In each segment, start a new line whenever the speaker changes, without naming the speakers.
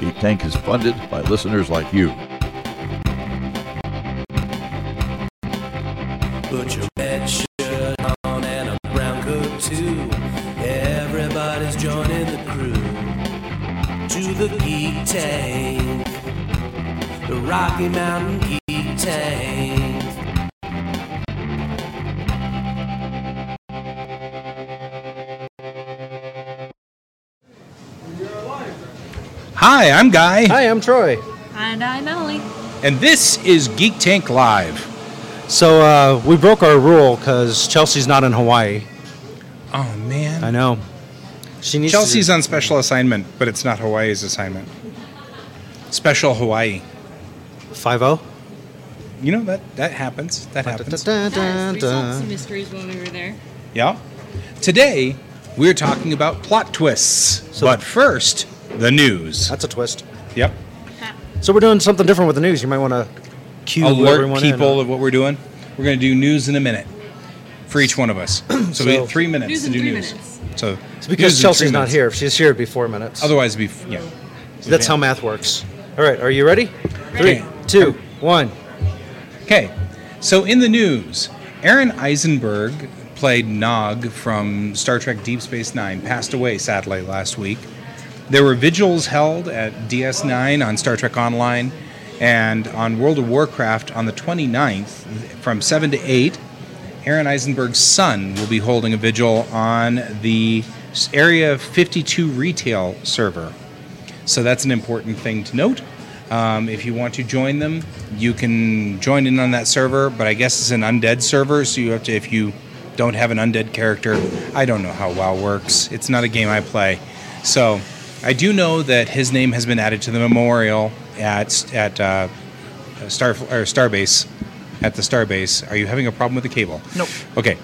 Heat Tank is funded by listeners like you.
Put your red shirt on and a brown coat too. Everybody's joining the crew to the Geek Tank, the Rocky Mountain Geek Tank.
Hi, I'm Guy,
Hi, I'm Troy.
And I'm Emily.
and this is Geek Tank Live.
So uh, we broke our rule because Chelsea's not in Hawaii.
Oh man,
I know. She needs
Chelsea's
To,
on special assignment, but it's not Hawaii's assignment. Special Hawaii.
five oh. zero.
You know that that happens. That happens.
we solved some mysteries when we were there.
Yeah. Today we're talking about plot twists,
So-
but first the news.
That's a twist.
Yep.
So we're doing something different with the news. You might want to cue
Alert
everyone in.
people of what we're doing. We're gonna do news in a minute for each one of us. So, we
So-
have three minutes
News
to
in
do
three
news.
minutes.
So
It's
news in
because
three
Chelsea's not
minutes.
here. If she's here, it'd be four minutes.
Otherwise, we f- yeah.
That's how math works. All right. Are you ready?
Ready.
Three, two, one.
Okay, so in the news, Aaron Eisenberg played Nog from Star Trek Deep Space Nine, passed away sadly last week. There were vigils held at DS9 on Star Trek Online and on World of Warcraft on the 29th from 7 to 8. Aaron Eisenberg's son will be holding a vigil on the Area 52 retail server. So that's an important thing to note. Um, if you want to join them, you can join in on that server, but I guess it's an undead server, so you have to, if you don't have an undead character, I don't know how WoW works. It's not a game I play. So I do know that his name has been added to the memorial at, at uh, Star, or Starbase. At the Starbase. Are you having a problem with the cable? Nope. Okay.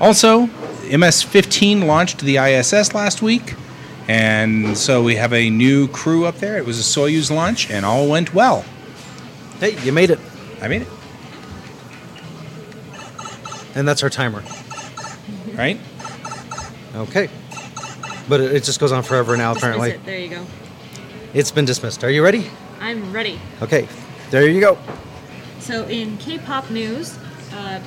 Also, MS 15 launched the ISS last week, and so we have a new crew up there. It was a Soyuz launch, and all went well.
Hey, you made it.
I made it,
And that's our timer.
right?
Okay. But it, it just goes on forever now.
Dismiss
Apparently,
it. There you go.
it's been dismissed. Are you ready?
I'm ready.
Okay. There you go.
So in K-pop news, uh,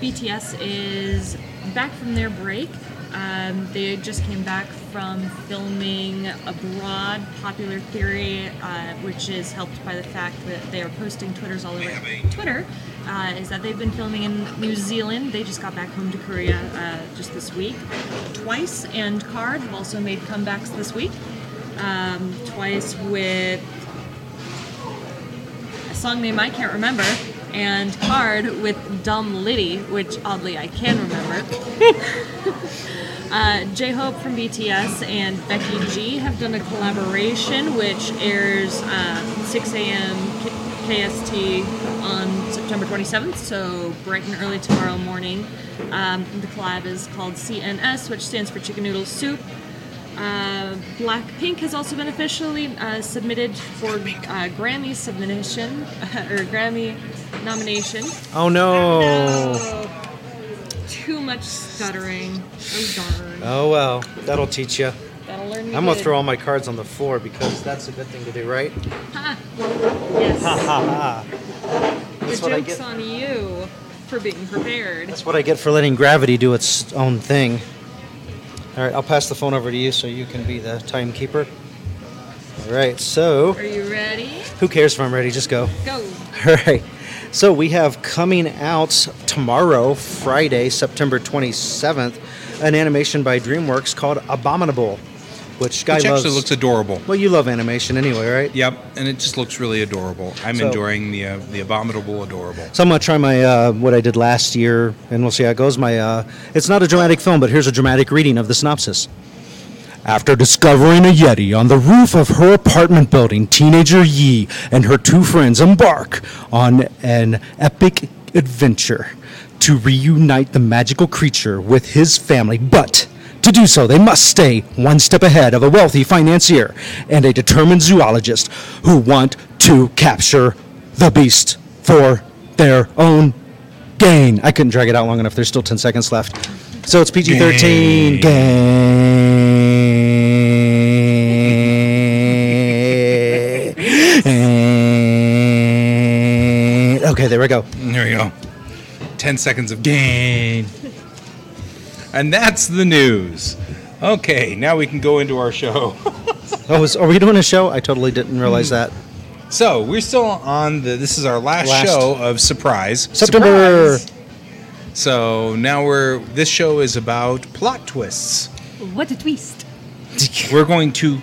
BTS is back from their break. Um, they just came back from filming Abroad, Popular Theory, uh, which is helped by the fact that they are posting Twitters all over Twitter. Uh, is that they've been filming in New Zealand? They just got back home to Korea uh, just this week, twice. And Card have also made comebacks this week, um, twice with a song name I can't remember, and Card with Dumb Liddy, which oddly I can remember. uh, J Hope from BTS and Becky G have done a collaboration which airs uh, 6 a.m. K- KST on September 27th, so bright and early tomorrow morning. Um, the collab is called CNS, which stands for Chicken Noodle Soup. Uh, Blackpink has also been officially uh, submitted for uh, Grammy submission or Grammy nomination.
Oh no. Oh.
Too much stuttering. Oh darn.
Oh well, that'll teach you.
That'll learn me
I'm gonna
good.
throw all my cards on the floor because that's a good thing to do, right?
Ha. Yes.
That's
the
what I
joke's
get.
on you for being prepared.
That's what I get for letting gravity do its own thing. All right, I'll pass the phone over to you so you can be the timekeeper. All right, so
Are you ready?
who cares if I'm ready? Just go.
Go.
All right. So we have coming out tomorrow, Friday, September 27th, an animation by DreamWorks called Abominable, which guy
Which
loves.
actually looks adorable.
well, you love animation anyway, right?
Yep, and it just looks really adorable. I'm
So-
enjoying the uh, the abominable adorable.
So I'm gonna try my uh, what I did last year, and we'll see how it goes. My uh, it's not a dramatic film, but here's a dramatic reading of the synopsis. After discovering a Yeti on the roof of her apartment building, teenager Yi and her two friends embark on an epic adventure to reunite the magical creature with his family. But to do so, they must stay one step ahead of a wealthy financier and a determined zoologist who want to capture the beast for their own gain. I couldn't drag it out long enough. There's still 10 seconds left. So it's PG 13. Gain. there we go.
There we go. 10 seconds of gain. and that's the news. Okay, now we can go into our show.
Oh, is, are we doing a show? I totally didn't realize that.
so, we're still on the this is our last,
Last.
show of surprise.
September.
Surprise! So, now we're this show is about plot twists.
What a twist!
We're going to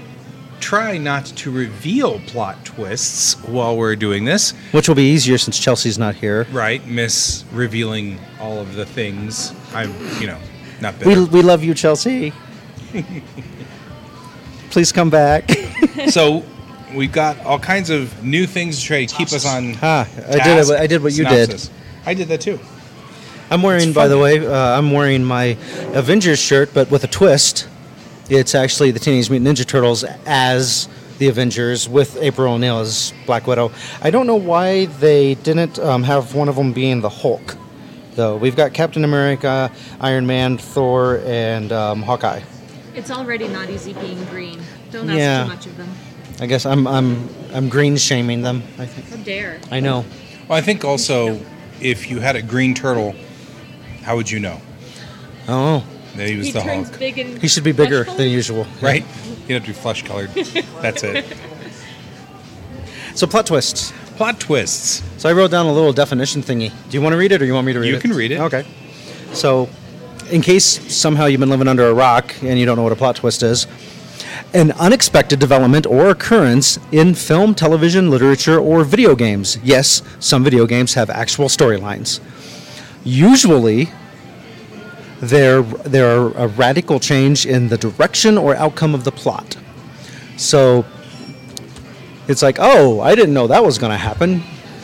try not to reveal plot twists while we're doing this.
Which will be easier since Chelsea's not here.
Right, miss revealing all of the things. I'm, you know, not bitter.
We, we love you, Chelsea. Please come back.
so we've got all kinds of new things to try to keep us on.
Ah, I did
task.
what- I did what you did.
Synopsis. I did that too.
I'm wearing, by the way, uh, I'm wearing my Avengers shirt, but with a twist. It's actually the Teenage Mutant Ninja Turtles as the Avengers with April O'Neil as Black Widow. I don't know why they didn't um, have one of them being the Hulk, though. We've got Captain America, Iron Man, Thor, and um, Hawkeye.
It's already not easy being green. Don't ask
Yeah.
too much of them.
I guess I'm I'm I'm green shaming them. I think
How dare?
I know.
Well, I think also if you had a green turtle, how would you know
Oh,
that he was
He
the
turns
Hulk?
big and
he should be bigger
bashful.
than usual.
Right? You'd have to be flesh colored. That's it.
So plot twists.
Plot twists.
So I wrote down a little definition thingy. Do you want to read it, or you want me to read
You
it?
can read it.
Okay. So, in case somehow you've been living under a rock and you don't know what a plot twist is, an unexpected development or occurrence in film, television, literature, or video games. Yes, some video games have actual storylines. Usually, there there are a radical change in the direction or outcome of the plot. So it's like, oh, I didn't know that was going to happen,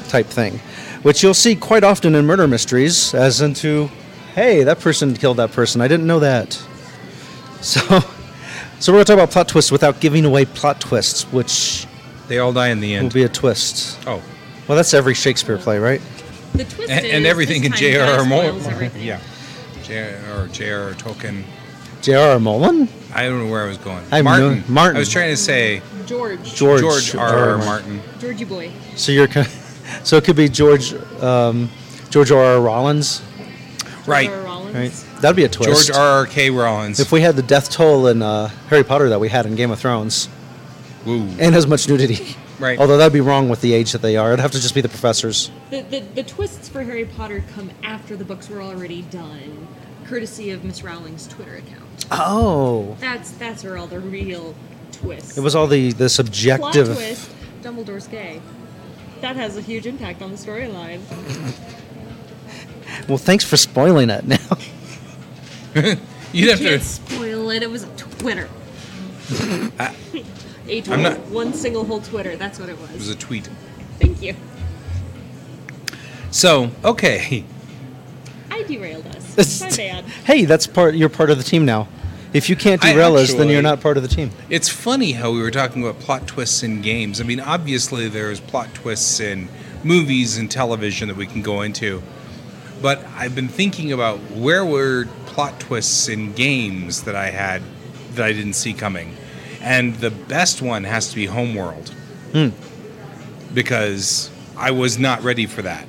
type thing, which you'll see quite often in murder mysteries, as into, hey, that person killed that person. I didn't know that. So, so we're going to talk about plot twists without giving away plot twists, which
They all die in the
will
end.
be a twist.
oh.
Well, that's every Shakespeare play, right?
The twist
And,
is
and everything in
this time
J.R.R.
guy
Moore.
spoils everything.
Yeah. J.R.R. J.R.R. Tolkien.
J.R.R. Mullen,
I don't know where I was going.
I have no-
Martin.
Martin.
I was trying to say
George.
George,
George R.R. Martin.
Georgie boy.
So you're, kind of- so it could be George, um, George R.R. Rollins,
Right.
Sarah Rollins.
right? That'd be a twist.
George R.R.K. Rollins.
If we had the death toll in uh, Harry Potter that we had in Game of Thrones,
Woo.
and as much nudity.
Right.
Although that'd be wrong with the age that they are. It'd have to just be the professors.
The, the, the twists for Harry Potter come after the books were already done, courtesy of Miss Rowling's Twitter account.
Oh.
That's that's where all the real twists.
It was all the the
plot
subjective.
twist. Dumbledore's gay. That has a huge impact on the storyline.
Well, thanks for spoiling it. Now
You'd have
Can't
to.
spoil it. It was Twitter. A tweet.
I'm not-
One single whole Twitter. That's what it was.
It was a tweet.
Thank you.
So, okay.
I derailed us. My bad.
hey, that's part. You're part of the team now. If you can't
I
derail us, then
actually-
you're not part of the team.
It's funny how we were talking about plot twists in games. I mean, obviously, there's plot twists in movies and television that we can go into. But I've been thinking about where were plot twists in games that I had that I didn't see coming. And the best one has to be Homeworld. Because I was not ready for that.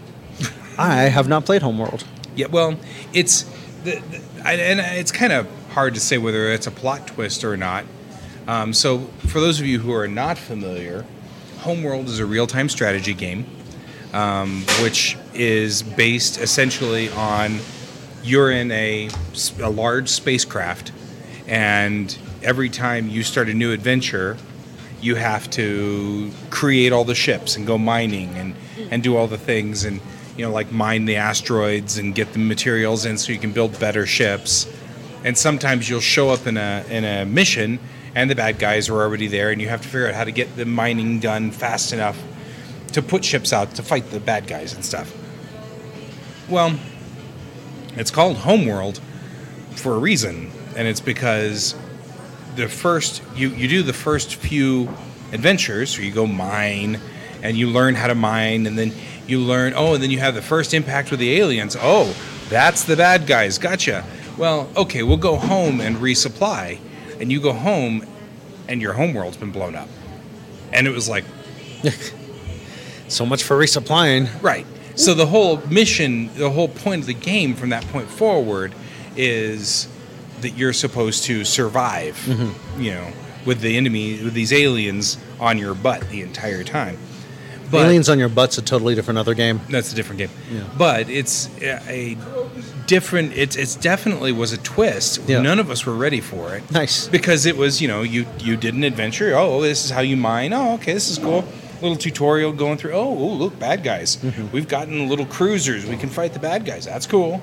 I have not played Homeworld.
Yeah, well, it's the, the I, and it's kind of hard to say whether it's a plot twist or not. Um, so, for those of you who are not familiar, Homeworld is a real-time strategy game, um, which is based essentially on you're in a, s- a large spacecraft, and every time you start a new adventure, you have to create all the ships and go mining and, and do all the things and you know like mine the asteroids and get the materials in so you can build better ships. And sometimes you'll show up in a in a mission and the bad guys are already there and you have to figure out how to get the mining done fast enough to put ships out to fight the bad guys and stuff. Well, it's called Homeworld for a reason, and it's because the first you, you do the first few adventures, so you go mine and you learn how to mine, and then you learn oh, and then you have the first impact with the aliens. Oh, that's the bad guys. Gotcha. Well, okay, we'll go home and resupply, and you go home, and your homeworld's been blown up, and it was like
So much for resupplying.
Right. So the whole mission, the whole point of the game from that point forward is that you're supposed to survive,
Mm-hmm.
you know, with the enemy, with these aliens on your butt the entire time. But
Aliens on your butt's a totally different other game.
that's a different game. But it's a a different. It's it's definitely was a twist.
Yeah.
None of us were ready for it.
Nice.
Because it was you know you you did an adventure. Oh, this is how you mine. Oh, okay, this is cool. Little tutorial going through. Oh, ooh, look, bad guys.
Mm-hmm.
We've gotten little cruisers. We can fight the bad guys. That's cool.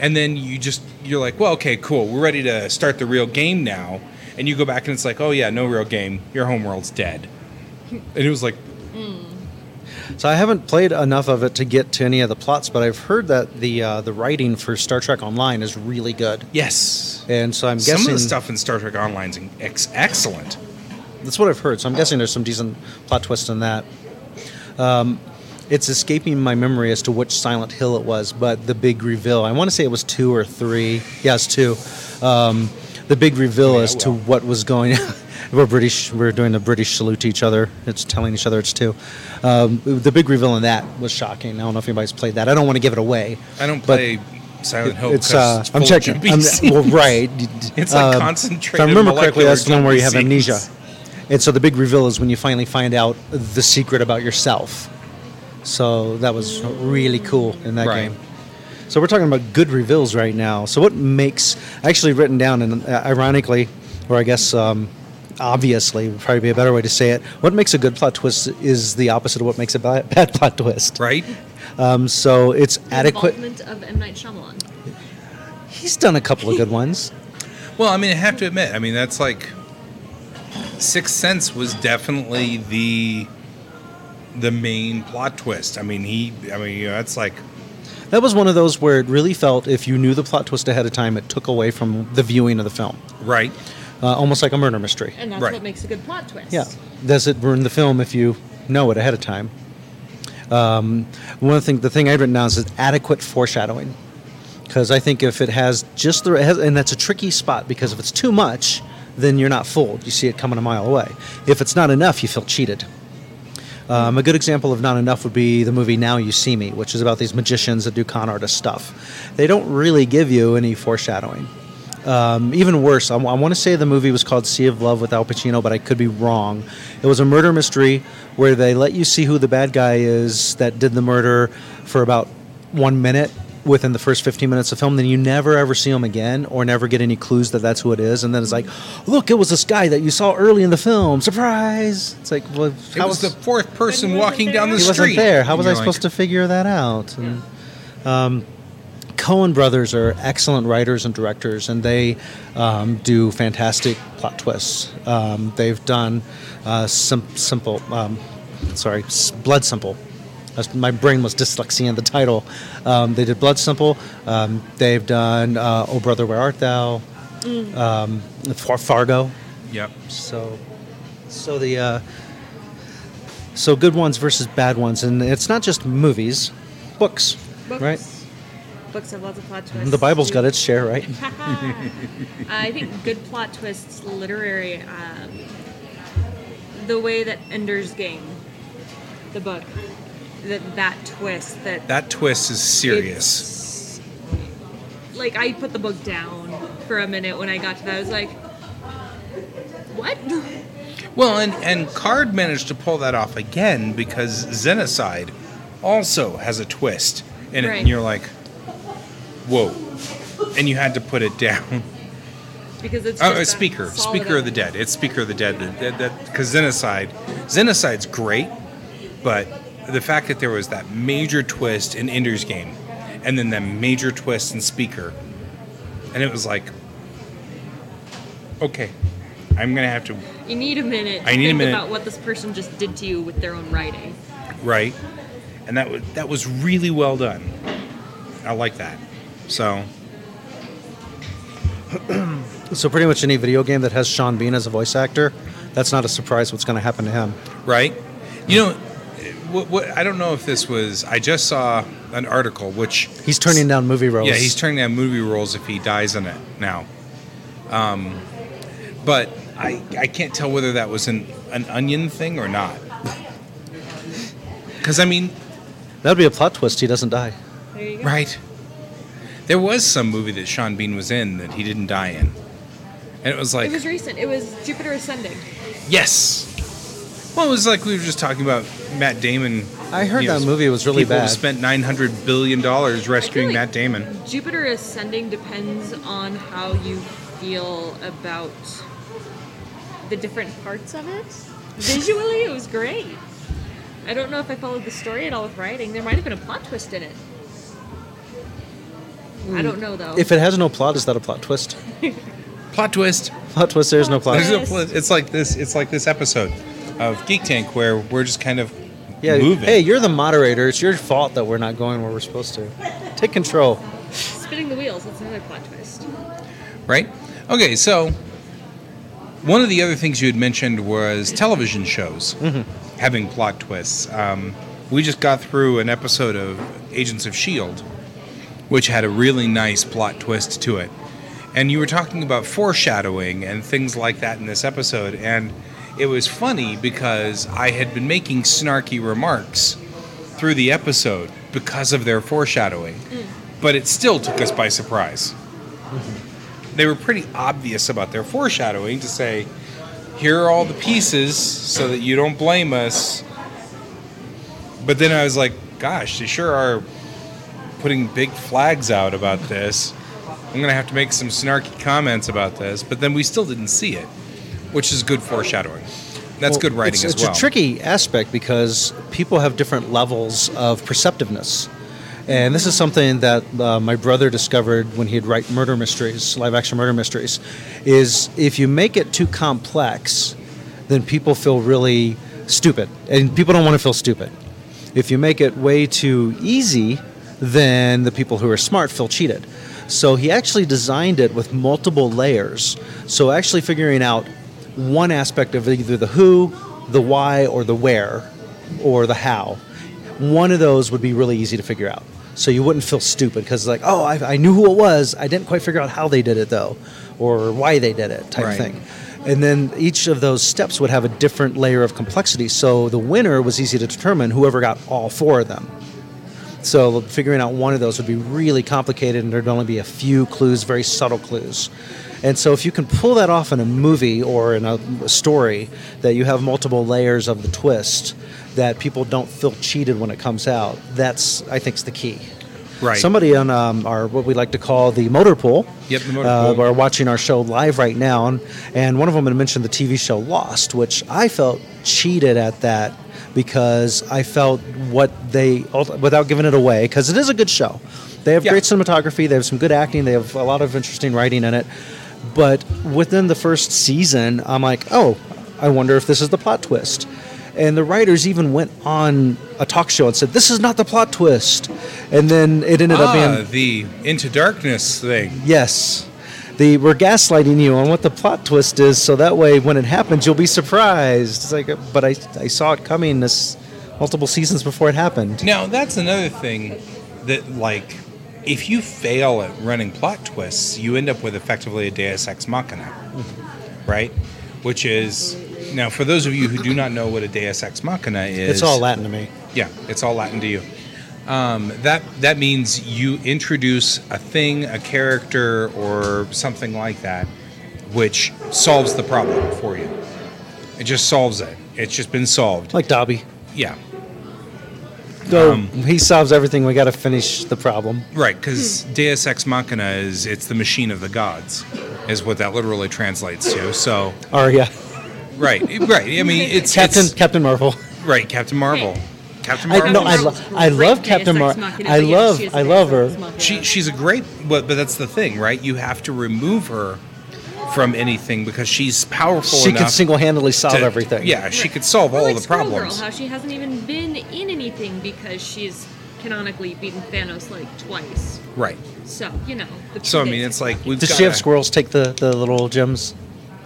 And then you just you're like, well, okay, cool. We're ready to start the real game now. And you go back and it's like, oh yeah, no real game. Your homeworld's dead. And it was like,
So I haven't played enough of it to get to any of the plots, but I've heard that the uh, the writing for Star Trek Online is really good,
yes.
and so I'm
Some
guessing
of the stuff in Star Trek Online's ex- excellent.
that's what I've heard. So I'm guessing there's some decent plot twist in that. Um, it's escaping my memory as to which Silent Hill it was, but the big reveal. I want to say it was two or three. Yes, two. Um, the big reveal as to
well.
what was going. we're British. We're doing the British salute to each other. It's telling each other it's two. Um, the big reveal in that was shocking. I don't know if anybody's played that. I don't want to give it away.
I don't
but
play Silent Hill.
It's
'cause
uh, I'm
Oh, full of
checking. I'm,
GBC.
well, right.
It's like
Um,
concentrated
If I remember correctly,
molecular
that's the one where you have
GBCs.
amnesia. And so the big reveal is when you finally find out the secret about yourself. So that was really cool in that
Right.
game. So we're talking about good reveals right now. So what makes actually written down and uh, ironically, or I guess um, obviously would probably be a better way to say it. What makes a good plot twist is the opposite of what makes a ba- bad plot twist.
right.
Um, so it's adequate.
Involvement of M Night Shyamalan.
He's done a couple of good ones.
Well, I mean, I have to admit, I mean, that's like Sixth Sense was definitely the the main plot twist. I mean, he. I mean, you know, that's like
That was one of those where it really felt if you knew the plot twist ahead of time, it took away from the viewing of the film,
right.
uh, almost like a murder mystery.
And that's
Right.
what makes a good plot twist.
Yeah, does it ruin the film if you know it ahead of time? Um, one thing, the thing I'd written down is adequate foreshadowing, because I think if it has just the, and that's a tricky spot because if it's too much, then you're not fooled. You see it coming a mile away. If it's not enough, you feel cheated. Um, a good example of not enough would be the movie Now You See Me, which is about these magicians that do con artist stuff. They don't really give you any foreshadowing. Um, even worse, I, want to say the movie was called Sea of Love with Al Pacino, but I could be wrong. It was a murder mystery where they let you see who the bad guy is that did the murder for about one minute within the first 15 minutes of film. Then you never ever see him again or never get any clues that that's who it is. And then it's like, look, it was this guy that you saw early in the film. Surprise! It's like, well,
It was the fourth person
wasn't
walking down the
there.
he
street.
wasn't there. How
And
was I
you're
supposed to
like,
figure that out? And, um, Cohen brothers are excellent writers and directors, and they um, do fantastic plot twists. Um, they've done uh, sim- simple, um, sorry, s- Blood Simple. That's- My brain was dyslexia in the title. Um, they did Blood Simple. Um, they've done uh, Oh Brother, Where Art Thou? Um, Far- Fargo.
Yep.
So, so the uh, so good ones versus bad ones, and it's not just movies, books,
Books,
right?
Books have lots of plot twists.
The Bible's got
too.
its share, right?
I think good plot twists, literary, um, the way that Ender's Game, the book, that that twist that
That twist is serious.
it's- Like I put the book down for a minute when I got to that. I was like, what?
Well, and and Card managed to pull that off again because Xenocide also has a twist in it,
Right.
and you're like, whoa, and you had to put it down.
Because it's
Oh,
just
uh,
a
Speaker,
solid
Speaker of the Dead. It's Speaker of the Dead. That that because Xenocide, Xenocide's great, but the fact that there was that major twist in Ender's Game, and then that major twist in Speaker, and it was like, okay, I'm gonna have to
You need a minute. To
I need a
think
minute.
about what this person just did to you with their own writing.
right? And that was that was really well done. I like that. So
So pretty much any video game that has Sean Bean as a voice actor, that's not a surprise. What's going to happen to him?
right, you know, eh, what, what, I don't know if this was. I just saw an article which
He's turning down movie roles.
yeah he's turning down movie roles if he dies in it now. Um, but I I can't tell whether that was an an onion thing or not. Because I mean,
That'd be a plot twist. He doesn't die.
There you go.
Right. There was some movie that Sean Bean was in that he didn't die in. And it was like,
It was recent. It was Jupiter Ascending.
yes. Well, it was like we were just talking about Matt Damon.
I heard
you
that movie was really
people who
bad.
spent $900 billion rescuing
like-
Matt Damon.
Jupiter Ascending depends on how you feel about the different parts of it. Visually, it was great. I don't know if I followed the story at all with writing. There might have been a plot twist in it. I don't know though.
If it has no plot, is that a plot twist?
Plot twist.
Plot twist. There's no plot.
There's no
Yes.
pl- it's like this. It's like this episode of Geek Tank where we're just kind of
Yeah.
moving.
Hey, you're the moderator. It's your fault that we're not going where we're supposed to. Take control.
Spinning the wheels, that's another plot twist.
right? Okay, so one of the other things you had mentioned was television shows
Mm-hmm.
having plot twists. Um, we just got through an episode of Agents of S.H.I.E.L.D., E which had a really nice plot twist to it. And you were talking about foreshadowing and things like that in this episode. And it was funny because I had been making snarky remarks through the episode because of their foreshadowing. But it still took us by surprise they were pretty obvious about their foreshadowing to say, here are all the pieces so that you don't blame us. But then I was like, gosh, they sure are putting big flags out about this. I'm going to have to make some snarky comments about this. But then we still didn't see it, which is good foreshadowing. That's
Well,
good writing
it's,
as
it's
well.
a tricky aspect because people have different levels of perceptiveness. And this is something that uh, my brother discovered when he'd write murder mysteries, live action murder mysteries, is if you make it too complex, then people feel really stupid. And people don't want to feel stupid. If you make it way too easy, then the people who are smart feel cheated. So he actually designed it with multiple layers. So actually figuring out one aspect of either the who, the why, or the where, or the how. One of those would be really easy to figure out. So you wouldn't feel stupid because, like, oh, I, I knew who it was. I didn't quite figure out how they did it, though, or why they did it, type
Right.
thing. And then each of those steps would have a different layer of complexity. So the winner was easy to determine, whoever got all four of them. So figuring out one of those would be really complicated, and there'd only be a few clues, very subtle clues. And so if you can pull that off in a movie or in a, a story, that you have multiple layers of the twist, that people don't feel cheated when it comes out. That's I think is the key.
right.
Somebody on um, our what we like to call the motor pool.
Yep, the motor
uh,
pool.
Are watching our show live right now, and, and one of them had mentioned the TV show Lost, which I felt cheated at that because I felt what they ult- without giving it away because it is a good show. They have
Yeah.
great cinematography. They have some good acting. They have a lot of interesting writing in it. But within the first season, I'm like, oh, I wonder if this is the plot twist. And the writers even went on a talk show and said, this is not the plot twist. And then it ended up
ah,
being
the Into Darkness thing.
Yes. The, we're gaslighting you on what the plot twist is, so that way when it happens, you'll be surprised. It's like, but I, I saw it coming this multiple seasons before it happened.
Now that's another thing that like if you fail at running plot twists, you end up with effectively a Deus ex machina, right? Which is now for those of you who do not know what a Deus ex machina is,
It's all Latin to me.
Yeah, it's all Latin to you. Um, that that means you introduce a thing, a character, or something like that, which solves the problem for you. It just solves it. It's just been solved.
Like Dobby.
Yeah,
Though
Um,
he solves everything, we got to finish the problem.
Right, because Deus Ex Machina is it's the machine of the gods, is what that literally translates to. So,
Or yeah,
right, right. I mean, it's
Captain
it's-
Captain Marvel.
right, Captain Marvel,
Hey.
Captain
I,
Marvel.
no, I,
Marvel's
lo-
great
I love
Deus Ex
Captain Marvel.
Machina,
I
but yes,
love
she is
I
an
love
Deus Ex
her.
Machina.
she she's a great, but but that's the thing, right? You have to remove her from anything because she's powerful
She
enough.
can single-handedly solve
to-
everything.
Yeah, she could solve
Or
all
like
the
Squirrel
problems.
Girl, how she hasn't even been in anything because she's canonically beaten Thanos like twice.
right.
So you know. The
So I
two
mean,
days
it's
of
like
lucky.
we've.
Does she have
gotta-
squirrels take the, the little gems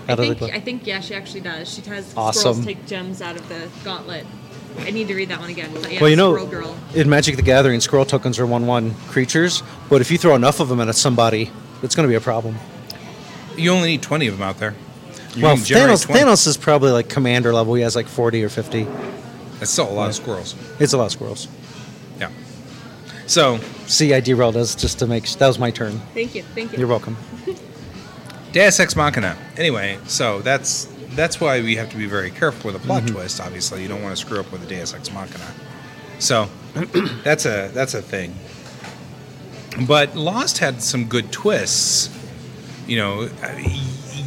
I
out of the?
think
gla-
I think yeah, she actually does. She has
Awesome.
squirrels take gems out of the gauntlet. I need to read that one again. But yeah,
Well, you know,
Squirrel Girl.
in Magic the Gathering, squirrel tokens are 1 1 creatures, but if you throw enough of them at somebody, it's going to be a problem.
You only need twenty of them out there. You
well,
can generate
Thanos,
20.
Thanos is probably like commander level. He has like 40 or 50.
That's still a lot of squirrels.
It's a lot of squirrels.
Yeah. So
See, I derailed us just to make. That was my turn.
Thank you. Thank you.
You're welcome.
Deus Ex Machina. Anyway, so that's that's why we have to be very careful with a plot twist. Obviously, you don't want to screw up with a Deus Ex Machina. So that's a that's a thing. But Lost had some good twists. You know, I- y-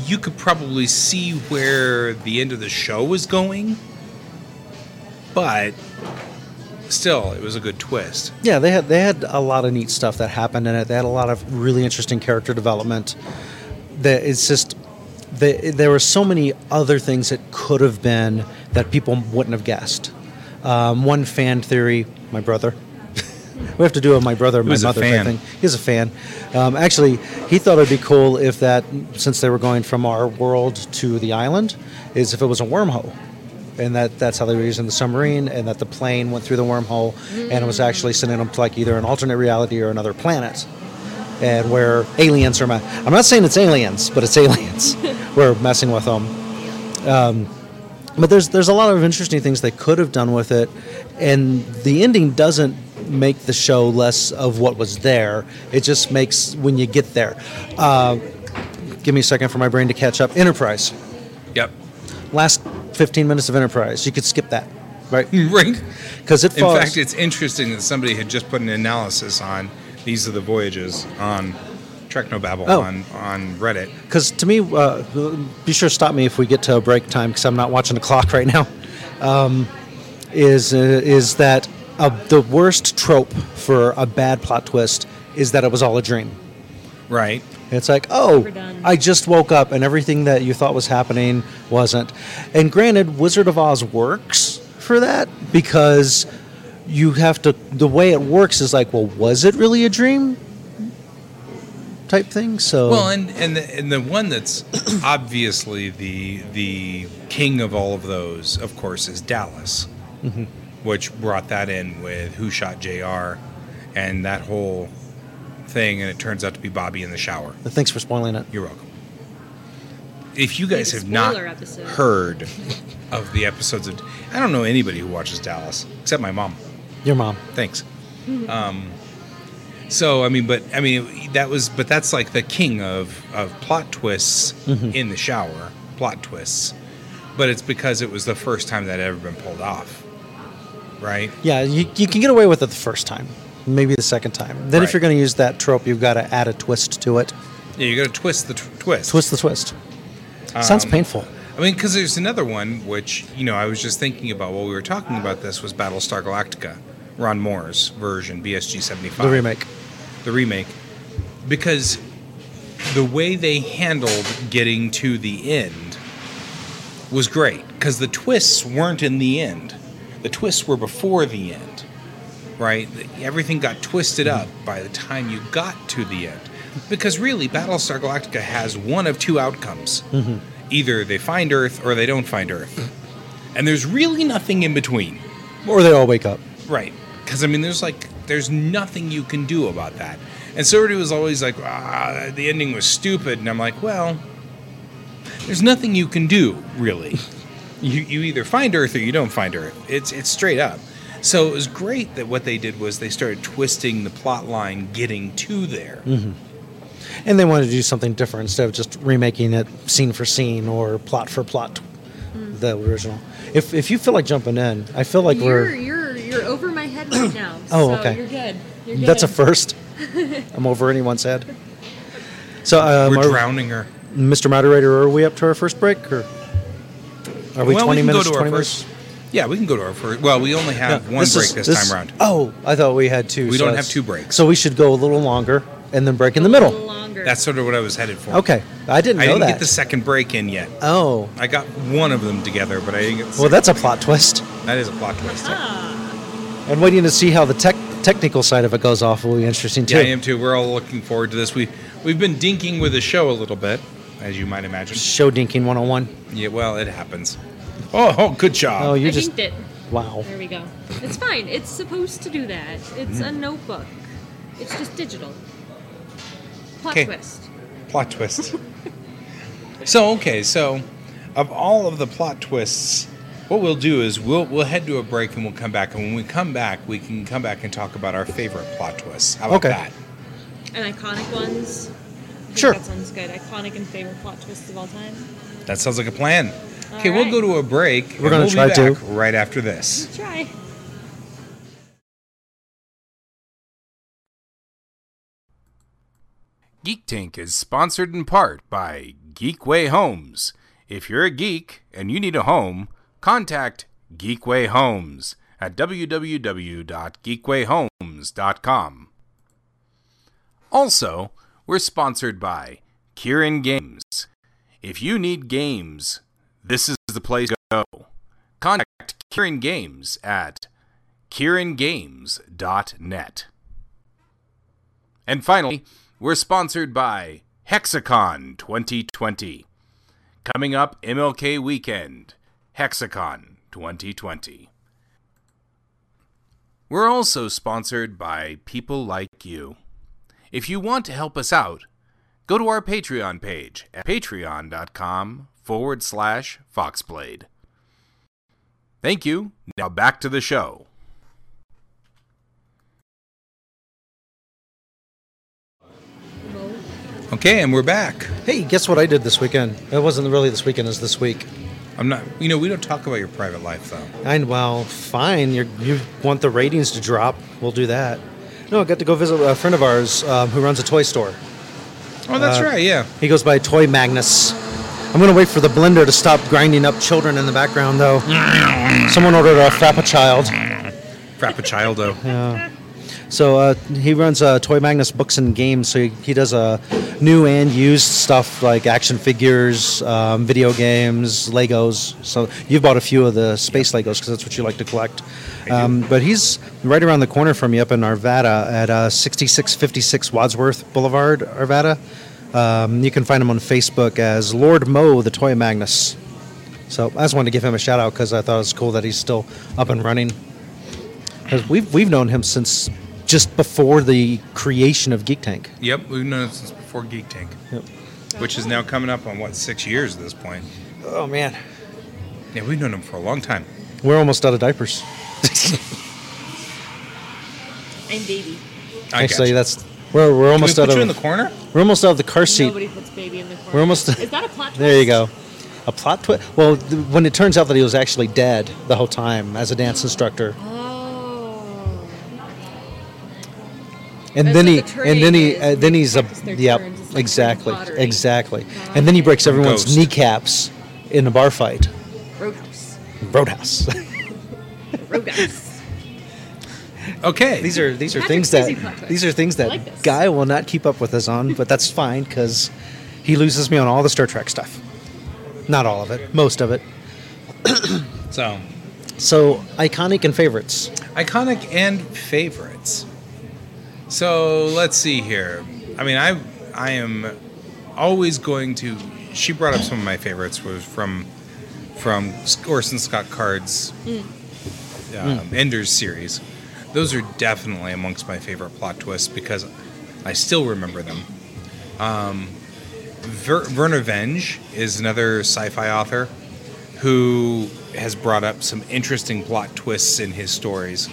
you could probably see where the end of the show was going, but still, it was a good twist.
Yeah, they had they had a lot of neat stuff that happened in it. They had a lot of really interesting character development. That it's just the, there were so many other things that could have been that people wouldn't have guessed. Um, one fan theory, my brother. we have to do a my brother, my
was a
mother
fan.
thing. He's a fan. Um, actually, he thought it'd be cool if that since they were going from our world to the island, is if it was a wormhole and that that's how they were using the submarine, and that the plane went through the wormhole, and it was actually sending them to like either an alternate reality or another planet, and where aliens are. Ma- I'm not saying it's aliens, but it's aliens. we're messing with them. Um, but there's there's a lot of interesting things they could have done with it, and the ending doesn't make the show less of what was there. It just makes when you get there. Uh, give me a second for my brain to catch up. Enterprise
Yep.
last 15 minutes of Enterprise. You could skip that, right?
Right.
Because it
In
falls.
fact, it's interesting that somebody had just put an analysis on these are the voyages on Treknobabble
Oh.
on on Reddit.
Because to me, uh, be sure to stop me if we get to a break time because I'm not watching the clock right now. Um, is uh, is that uh, the worst trope for a bad plot twist is that it was all a dream.
Right.
It's like, oh,
Overdone.
I just woke up and everything that you thought was happening wasn't. And granted, Wizard of Oz works for that because you have to, the way it works is like, well, was it really a dream? Type thing. So,
Well, and and the, and the one that's obviously the the king of all of those, of course, is Dallas, which brought that in with Who Shot Jr. and that whole thing, and it turns out to be Bobby in the shower.
thanks for spoiling it.
You're welcome. If you guys
Big
have not
spoiler episode.
heard of the episodes of, I don't know anybody who watches Dallas except my mom.
Your mom.
Thanks. Um, so I mean, but I mean that was, but that's like the king of of plot twists in the shower, plot twists. But it's because it was the first time that had ever been pulled off, right?
Yeah, you, you can get away with it the first time, maybe the second time. Then, if
Right.
you're going to use that trope, you've got to add a twist to it.
Yeah, you got to twist the tw- twist.
Twist the twist.
Um,
Sounds painful.
I mean, because there's another one which you know I was just thinking about while we were talking about this was Battlestar Galactica, Ron Moore's version, BSG seventy five,
The remake.
the remake, because the way they handled getting to the end was great because the twists weren't in the end, the twists were before the end, right? Everything got twisted up by the time you got to the end, because really, Battlestar Galactica has one of two outcomes: either they find Earth or they don't find Earth, and there's really nothing in between.
Or they all wake up.
Right. Because I mean, there's like there's nothing you can do about that. And so everybody was always like, ah, the ending was stupid, and I'm like, well, there's nothing you can do really. you you either find Earth or you don't find Earth. It's it's straight up. So it was great that what they did was they started twisting the plot line getting to there.
And they wanted to do something different instead of just remaking it scene for scene or plot for plot,
Hmm.
the original. If, if you feel like jumping in, I feel like
you're,
we're.
you're you're over my head right now.
Oh,
so
okay.
You're good. You're good.
That's a first. I'm over anyone's head. So, um,
We're
are-
drowning her.
Mr. Moderator, are we up to our first break? Or are we
well,
20
we can
minutes?
go to
20
our
minutes?
first. Yeah, we can go to our first. Well, we only have
No,
one break
is-
this,
is-
time around.
Oh, I thought we had two.
We don't
that's-
have two breaks.
So we should go a little longer and then break in the
A little
middle.
Longer.
That's sort of what I was headed for.
Okay, I didn't know
I didn't
that.
get the second break in yet.
oh,
I got one of them together, but I didn't get. The
well,
second
that's a plot twist.
one. that is a plot twist. Yeah.
Ah,
And waiting to see how the tech technical side of it goes off will be interesting too.
Yeah, I am too. We're all looking forward to this. We we've been dinking with the show a little bit, as you might imagine.
Show dinking 101.
Yeah, well, it happens. Oh, oh, good job.
Oh, you
I
just
just... it.
wow.
There we go. It's fine. It's supposed to do that. It's
Mm.
a notebook. It's just digital. Plot
'Kay.
twist.
plot twist. so okay, so of all of the plot twists What we'll do is we'll we'll head to a break and we'll come back. And when we come back, we can come back and talk about our favorite plot twists. How about
Okay.
that?
And iconic ones. I think
Sure.
That sounds good. Iconic and favorite plot twists of all time.
That sounds like a plan.
All
okay, we'll
right.
go to a break.
We're
and
gonna
we'll
try
be
to.
back right after this.
Try.
Geek Tank is sponsored in part by Geekway Homes. If you're a geek and you need a home, contact Geekway Homes at www.geekwayhomes.com. Also, we're sponsored by Kieran Games. If you need games, this is the place to go. Contact Kieran Games at kierangames.net. And finally, we're sponsored by Hexacon 2020. Coming up MLK weekend, Hexacon 2020. We're also sponsored by people like you. If you want to help us out, go to our Patreon page at patreon.com forward slash foxblade. Thank you. Now back to the show.
Okay, and we're back.
Hey, guess what I did this weekend? It wasn't really this weekend, it was this week.
I'm not. You know, we don't talk about your private life though.
And well, fine. You're, you want the ratings to drop? We'll do that. No, I got to go visit a friend of ours um, who runs a toy store.
Oh, that's
Uh,
right. Yeah.
He goes by Toy Magnus. I'm gonna wait for the blender to stop grinding up children in the background, though. Someone ordered a Frappa Child.
Frappuccino.
So uh, he runs uh, Toy Magnus Books and Games. So he, he does uh, new and used stuff like action figures, um, video games, Legos. So you've bought a few of the space Legos because that's what you like to collect. Um, but he's right around the corner from me up in Arvada at uh, 6656 Wadsworth Boulevard, Arvada. Um, you can find him on Facebook as Lord Mo the Toy Magnus. So I just wanted to give him a shout out because I thought it was cool that he's still up and running. 'Cause we've we've known him since just before the creation of Geek Tank.
Yep, we've known it since before Geek Tank.
Yep.
Which is now coming up on what six years at this point.
Oh man,
Yeah, we've known him for a long time.
we're almost out of diapers.
I'm baby.
I
Actually,
gotcha.
that's we're, we're
Can we
almost
put
out
you
of
in the corner?
we're almost out of the car seat.
Nobody puts baby in the corner.
We're almost-
Is that a plot twist?
There you go. A plot twist. Well, th- when it turns out that he was actually dead the whole time as a dance instructor,
Oh.
and
That's
then
what
he
the
and then he
turning
uh,
is.
then
They
he's a
practice their
yep
turns. It's like
exactly
pottery.
exactly, and then he breaks everyone's
Ghost.
kneecaps in a bar fight.
Roadhouse.
Roadhouse.
Roadhouse.
Okay.
These are these are
Patrick's
things that
busy project.
these are things that
I like this.
guy will not keep up with us on, but that's fine because he loses me on all the Star Trek stuff. Not all of it, most of it.
so
So iconic and favorites.
iconic and favorites. So let's see here. I mean, I I am always going to. She brought up some of my favorites was from from Orson Scott Card's um, Ender's series. Those are definitely amongst my favorite plot twists because I still remember them. Um, Ver- Werner Venge is another sci-fi author who has brought up some interesting plot twists in his stories,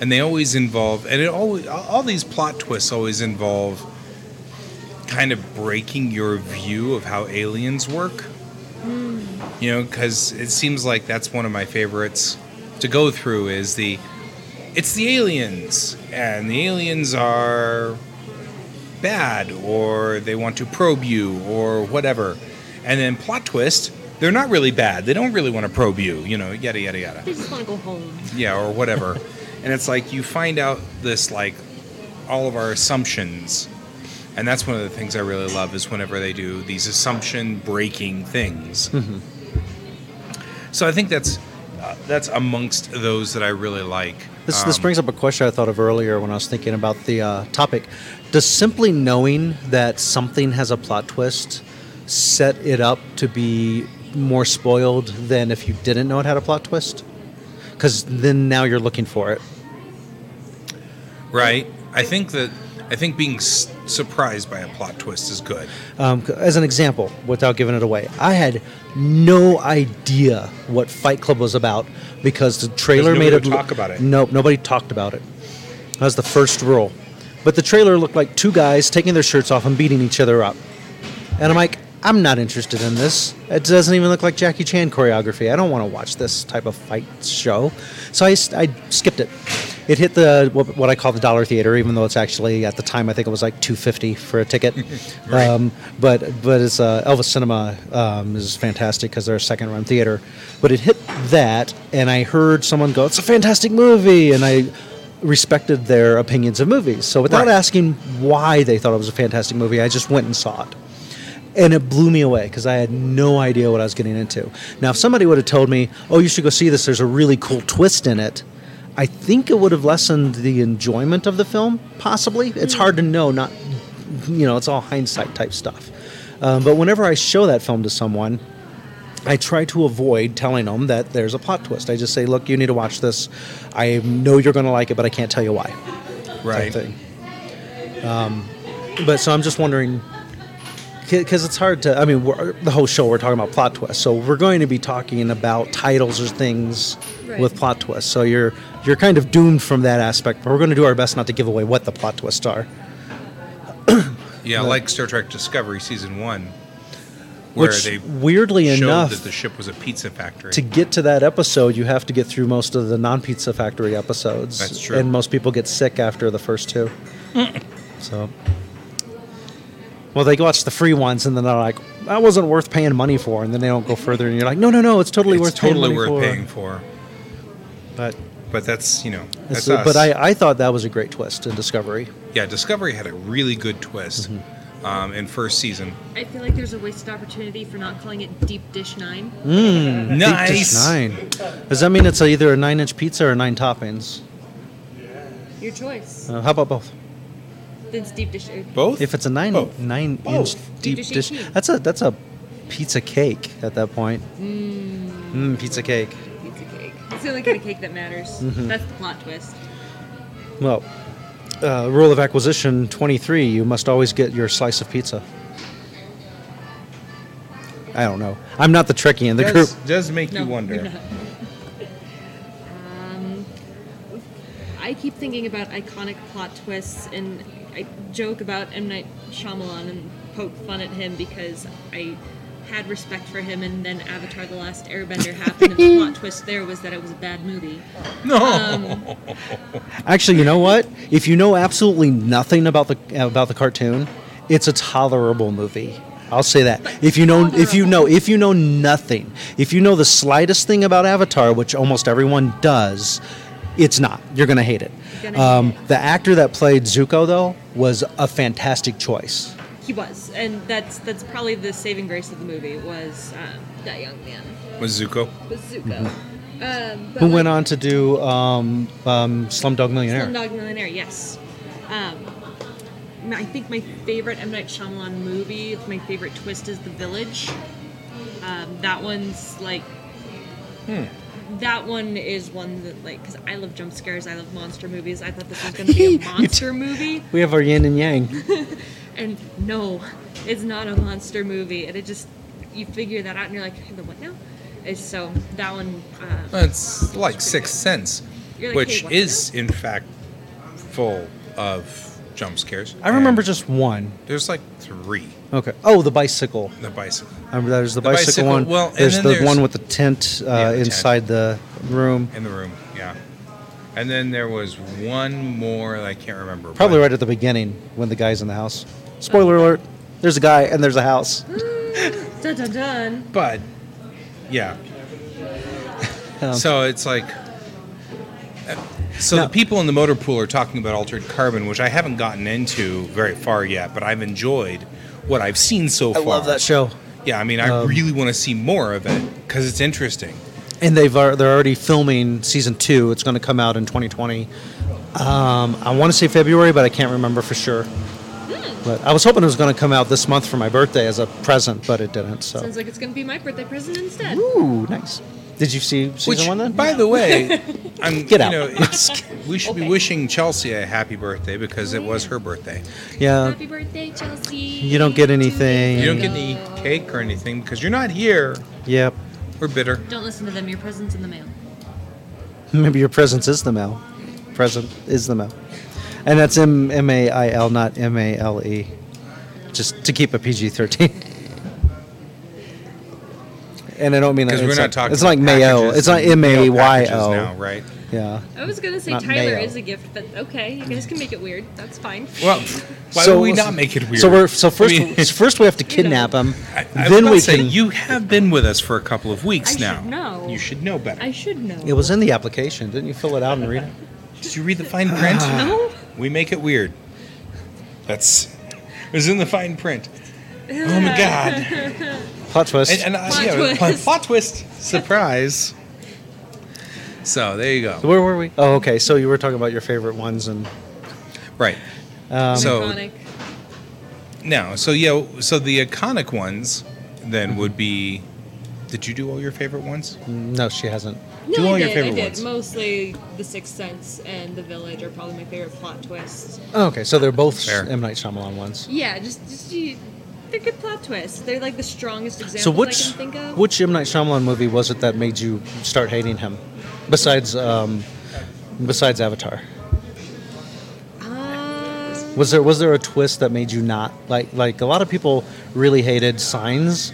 and they always involve and it always all these plot twists always involve kind of breaking your view of how aliens work. You know, because it seems like that's one of my favorites to go through is the it's the aliens and the aliens are bad or they want to probe you or whatever. And then plot twist, they're not really bad. They don't really want to probe you, you know, yada yada yada
They just want to go home.
yeah or whatever and it's like you find out this like all of our assumptions and that's one of the things i really love is whenever they do these assumption breaking things so i think that's uh, that's amongst those that i really like
This, this brings up a question I thought of earlier when I was thinking about the uh, topic. Does simply knowing that something has a plot twist set it up to be more spoiled than if you didn't know it had a plot twist? Because then now you're looking for it.
right i think that i think being s- surprised by a plot twist is good.
Um, c- as an example, without giving it away, I had no idea what Fight Club was about because the trailer
nobody
made it
would
loo-
talk about it.
Nope, nobody talked about it. That was the first rule. But the trailer looked like two guys taking their shirts off and beating each other up. And I'm like, I'm not interested in this. It doesn't even look like Jackie Chan choreography. I don't want to watch this type of fight show. So I, s- I skipped it. It hit the what, what I call the dollar theater, even though it's actually at the time I think it was like 250 for a ticket. um, but but it's uh, Elvis Cinema um, is fantastic because they're a second run theater. But it hit that, and I heard someone go, "It's a fantastic movie," and I respected their opinions of movies. So without
Right.
asking why they thought it was a fantastic movie, I just went and saw it and it blew me away because I had no idea what I was getting into. Now, if somebody would have told me, "Oh, you should go see this. There's a really cool twist in it," I think it would have lessened the enjoyment of the film. Possibly, it's hard to know. Not, you know, it's all hindsight type stuff. Um, but whenever I show that film to someone, I try to avoid telling them that there's a plot twist. I just say, "Look, you need to watch this. I know you're going to like it, but I can't tell you why."
Right.
type thing. Um, but so I'm just wondering, because it's hard to. I mean, we're, the whole show we're talking about plot twists, so we're going to be talking about titles or things
Right.
with plot twists. So you're you're kind of doomed from that aspect. But we're going to do our best not to give away what the plot twists are.
Yeah, like Star Trek Discovery season one, where
which
they
weirdly
showed
enough.
that the ship was a pizza factory.
to get to that episode, you have to get through most of the non-pizza factory episodes,
That's true. Mm.
and most people get sick after the first two. so, well, they watch the free ones, and then they're like, "That wasn't worth paying money for," and then they don't go further. And you're like, "No, no, no, it's totally
it's
worth
totally
paying money
worth
for."
paying for.
But,
But that's you know
it's-
that's us.
but I, I thought that was a great twist in Discovery.
yeah, Discovery had a really good twist
Mm-hmm.
um, in first season.
I feel like there's a wasted opportunity for not calling it Deep Dish Nine.
Eight dish nine. Does that mean it's either a nine-inch pizza or nine toppings?
Your choice.
Uh, how about both?
Then it's Deep Dish. uh, or-
Both
If it's a nine
Both.
nine
Both.
inch deep
Deep dish
dish,
eighteen.
that's a that's a pizza cake at that point. Mm. pizza cake.
Pizza cake. It's the only kind of cake that matters.
Mm-hmm.
That's the plot twist.
Well, uh, rule of acquisition twenty three. You must always get your slice of pizza. I don't know. I'm not the Trekkie in the group.
does, does make
No,
you
you're
wonder.
not. um, I keep thinking about iconic plot twists, and I joke about M Night Shyamalan and poke fun at him because I had respect for him, and then Avatar: The Last Airbender happened, and the plot twist there was that it was a bad movie.
No,
Actually, you know what? If you know absolutely nothing about the about the cartoon, it's a tolerable movie. I'll say that. If you know if you know if you know nothing, if you know the slightest thing about Avatar, which almost everyone does, it's not. You're going to hate it.
You're gonna hate
Um,
it.
the actor that played Zuko though was a fantastic choice.
He was, and that's that's probably the saving grace of the movie was um, that young man
was Zuko.
was Zuko, um, but
Who
like-
went on to do um, um, Slumdog Millionaire?
Slumdog Millionaire, yes. Um, my- I think my favorite M Night Shyamalan movie, my favorite twist is The Village. Um, that one's like. That one is one that like because I love jump scares, I love monster movies. I thought this was going to be
You
a
t-
monster movie,
We have our yin and yang.
and no, it's not a monster movie. And it just you figure that out, and you're like, the what now? And so that one. Uh,
It's like Sixth Sense,
You're like,
which
"Hey, what
is in fact full of jump scares.
I remember
And
just one.
there's like three.
Okay. Oh, the bicycle.
The bicycle
Um, there's the,
The
bicycle,
bicycle-
one.
well, and
there's
then
the
there's-
one with the tent uh,
Yeah, the tent.
inside the room.
in the room, yeah. And then there was one more that I can't remember.
Probably
but-
right at the beginning when the guy's in the house. Spoiler alert: there's a guy and there's a house.
dun dun dun.
But yeah.
Um,
so it's like uh, so
Now-
the people in the motor pool are talking about altered carbon, which I haven't gotten into very far yet, but I've enjoyed what I've seen so far.
show.
Yeah, I mean, I really want to see more of it because it's interesting.
And they've ar- they're already filming season two. It's going to come out in 2020. Um, I want to say February, but I can't remember for sure. But I was hoping it was going to come out this month for my birthday as a present, but it didn't. So
Sounds like it's going to be my birthday present instead.
ooh, nice. Did you see season
Which,
one then?
by the way, I'm
Get out.
you know, it's we should be wishing Chelsea a happy birthday because it was her birthday.
yeah.
Happy birthday, Chelsea.
You don't get anything.
You don't get any cake or anything because you're not here.
Yep.
We're bitter.
Don't listen to them. Your present's in the mail.
Maybe your presence is the mail. Present is the mail. And that's M M A I L, not M A L E. Just to keep a PG 13. And I don't mean that.
Because we're
it's
not
like-
talking.
It's like
about
mayo.
packages
It's not
and
M A
meal
Y
packages Now,
O.
right?
Yeah.
I was gonna say
Not
Tyler
mayo.
is a gift, but okay, you guys can make it weird. That's fine.
Well, why would we not make it weird?
So we're so
I
first
mean,
first we have to kidnap him.
I- I was
then
about
we
to say,
can.
You have been with us for a couple of weeks
I should
now.
know.
You should know better.
I should know.
it was in the application. Didn't you fill it out and read it?
Did you read the fine print?
No.
We make it weird. That's it was in the fine print. Oh my god!
Plot twist.
And, and I-
Plot
yeah, it was plot-
twist.
plot twist surprise. So there you go.
Where were we? Oh, okay. So you were talking about your favorite ones, and
Right.
Um,
so
Iconic.
now, so yeah, so the iconic ones then would be. Did you do all your favorite ones?
no, she hasn't.
No,
Do all
I
your
did. I
favorite
did.
ones.
Mostly The Sixth Sense and The Village are probably my favorite plot twists.
Oh, okay, so they're both
Fair.
M Night Shyamalan ones.
Yeah, just just you, they're good plot twists. They're like the strongest examples
So which
I can think of.
which M Night Shyamalan movie was it that made you start hating him? Besides um, besides Avatar,
Um,
was there was there a twist that made you not like like a lot of people really hated Signs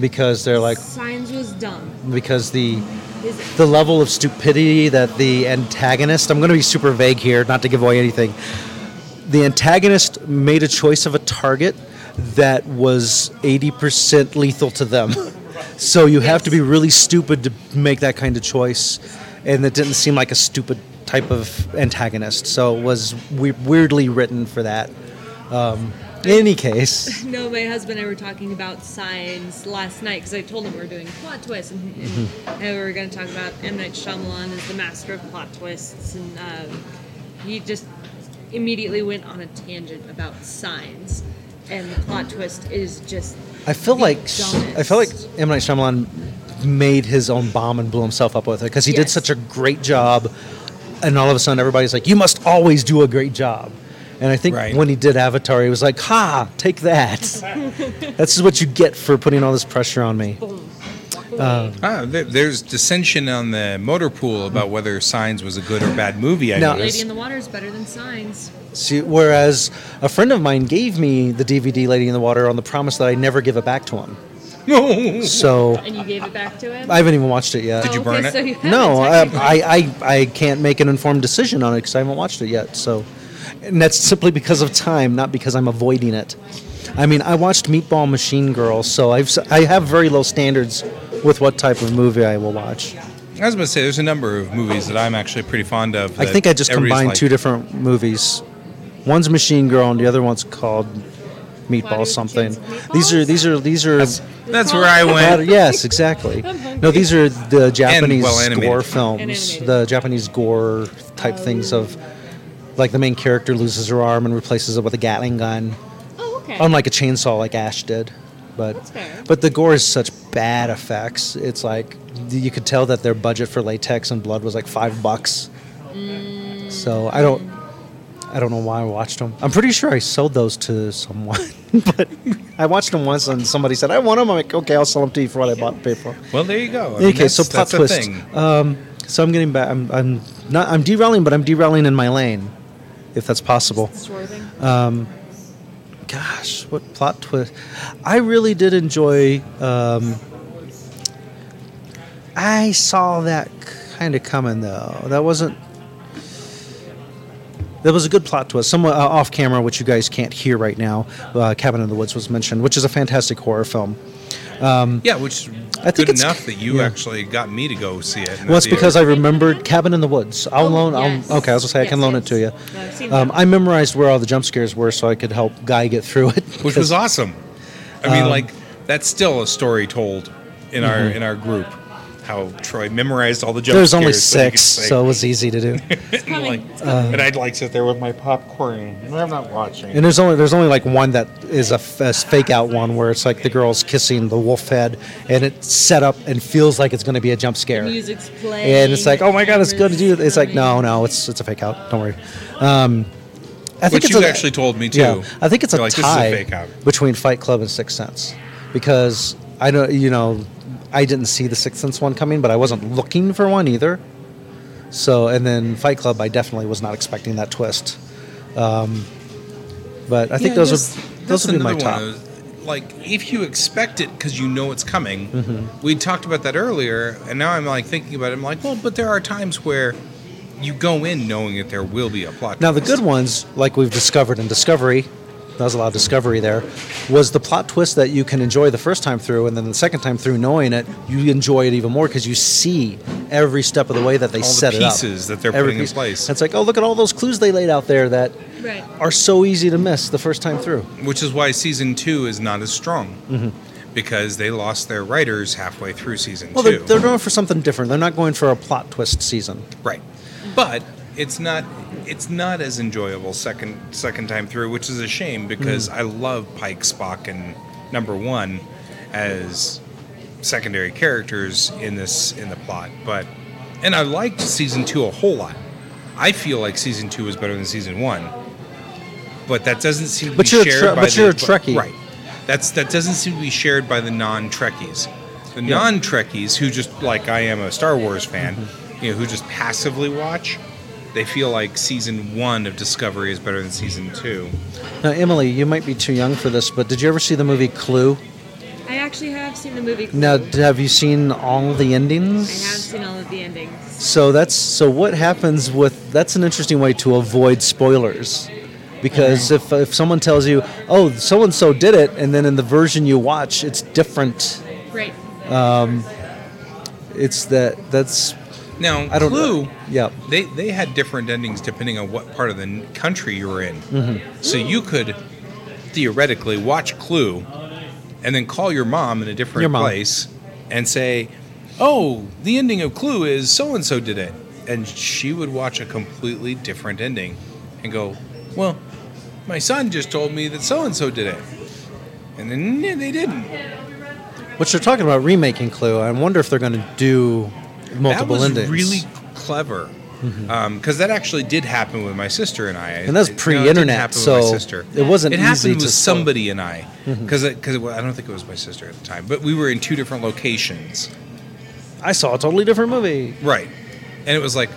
because they're like
Signs was dumb.
because the
His
the level of stupidity that the antagonist I'm going to be super vague here not to give away anything the antagonist made a choice of a target that was 80% lethal to them so you have to be really stupid to make that kind of choice and it didn't seem like a stupid type of antagonist so it was we- weirdly written for that um, in any case
No, my husband and I were talking about signs last night because I told him we were doing plot twists and, and,
Mm-hmm.
and we were going to talk about M. Night Shyamalan as the master of plot twists. And um, he just immediately went on a tangent about signs. And the plot twist is just.
I feel
the
like
dumbest.
I feel like M Night Shyamalan made his own bomb and blew himself up with it because he did
Yes.
such a great job, and all of a sudden everybody's like, "You must always do a great job." And I think
Right.
when he did Avatar, he was like, "Ha, take that." That's what you get for putting all this pressure on me.
Ah, there, there's dissension on the motor pool about whether Signs was a good or bad movie. I
No.
noticed.
Lady in the Water is better than signs.
See, whereas a friend of mine gave me the DVD Lady in the Water on the promise that I never give it back to him. So
And you gave it back to him?
I haven't even watched it yet.
Did you
Oh,
burn
okay,
it?
So you haven't
No, I,
technically.
I, I, I can't make an informed decision on it because I haven't watched it yet. So, and that's simply because of time, not because I'm avoiding it. I mean, I watched Meatball Machine Girl, so I've s- I have very low standards with what type of movie I will watch.
I was going to say, there's a number of movies that I'm actually pretty fond of.
I
that
think I just
everybody's
combined
like,
two different movies. One's Machine Girl, and the other one's called
Why do
Meatball
you
something.
choose
These are these are these are.
That's where I
Bad-
went.
yes, exactly. No, these are the Japanese
well animated.
gore
And
films,
animated.
the Japanese gore type things of like the main character loses her arm and replaces it with a Gatling gun,
Oh, okay.
unlike a chainsaw like Ash did. But
That's fair.
but the gore is such bad effects. It's like you could tell that their budget for latex and blood was like five bucks.
Mm.
So I don't. I don't know why I watched them. I'm pretty sure I sold those to someone, but I watched them once and somebody said, I want them. I'm like, okay, I'll sell them to you for what I bought paid for.
Well, there you go. I
Okay,
mean, that's-
so plot
that's the
twist.
thing.
Um, so I'm getting back. I'm, I'm not. I'm derailing, but I'm derailing in my lane, if that's possible.
Swerving.
Gosh, what plot twist! I really did enjoy. Um, I saw that kind of coming though. That wasn't. That was a good plot twist. Somewhat uh, off camera, which you guys can't hear right now. Uh, Cabin in the Woods was mentioned, which is a fantastic horror film.
Yeah, which
I think
good
it's-
enough that you
yeah.
actually got me to go see it. in the
Well, it's
theater.
because I remembered Cabin in the Woods. I'll loan.
Oh, yes.
I'll, okay, I was gonna say I can
Yes,
loan it
yes.
to you.
No, I've seen
um,
that.
I memorized where all the jump scares were, so I could help Guy get through it.
which was
um,
awesome. I mean, like that's still a story told in our in our group.
how Troy memorized all the jokes.
Mm-hmm. There's only six, so it was easy to do.
It's coming.
and I'd like sit there with my popcorn. and I'm not watching.
And there's only there's only like one that is a, f- a fake out one where it's like the girl's kissing the wolf head, and it's set up and feels like it's going to be a jump scare.
Music's playing.
and it's like, oh my god, it's going to do.
cameras
It's like, no,
coming.
no, it's it's a fake out. Don't worry. Um, I think
Which
it's
you
a-
actually told me too.
Yeah, I think it's a
You're like, this is
tie
fake out.
between Fight Club and Sixth Sense, because I don't, you know, I didn't see the Sixth Sense one coming, but I wasn't looking for one either. So, and then Fight Club, I definitely was not expecting that twist. Um, but I think
Yeah,
those
that's-
would
that's
those would be my
another
top.
one of those, Like if you expect it because you know it's coming,
Mm-hmm.
we talked about that earlier, and now I'm like thinking about it. I'm like, well, but there are times where you go in knowing that there will be a plot.
Now, the
twist.
good ones, like we've discovered in Discovery, that was a lot of discovery there, was the plot twist that you can enjoy the first time through, and then the second time through, knowing it, you enjoy it even more because you see every step of the way that they
All the
set it up.
pieces that they're putting in place.
And It's like, oh, look at all those clues they laid out there that
Right.
are so easy to miss the first time through.
which is why season two is not as strong
Mm-hmm.
because they lost their writers halfway through season
Well,
2
they're, they're going for something different. They're not going for a plot twist season.
right, but it's not it's not as enjoyable second second time through, which is a shame because
Mm.
I love Pike, Spock, and Number One as secondary characters in this in the plot, but and I liked season two a whole lot. I feel like season two was better than season one, but that doesn't seem to
But
be
you're a
shared
Tre-
by
but
the,
you're a Trekkie.
right? That's that doesn't seem to be shared by the non-Trekkies. The non-Trekkies who just like I am a Star Wars fan,
Mm-hmm.
you know, who just passively watch. They feel like season one of Discovery is better than season two.
Now, Emily, you might be too young for this, but did you ever see the movie Clue?
I actually have seen the movie.
Now,
Clue.
d- have you seen all the endings?
I have seen all of the endings.
So that's so what happens with that's an interesting way to avoid spoilers. Because if, if someone tells you, oh, so and so did it, and then in the version you watch, it's different.
Right.
It's that that's
Now,
I don't
Clue,
Yeah,
They they had different endings depending on what part of the n- country you were in.
Mm-hmm.
So you could theoretically watch Clue and then call your mom in a
Your
different
mom.
place and say, "Oh, the ending of Clue is so and so did it," and she would watch a completely different ending and go, "Well, my son just told me that so and so did it." And then "No, they didn't.
what you're talking about remaking Clue. I wonder if they're going to do multiple
that was
endings. Mm-hmm.
really clever because that actually did happen with my sister and I.
And that's
It- no, it didn't
pre-internet,
happen with
so
my sister.
it wasn't
It happened
easy
with
to Mm-hmm. spoil.
somebody and I because I don't think it was my sister at the time, but we were in two different locations,
I saw a totally different movie.
right? And it was like,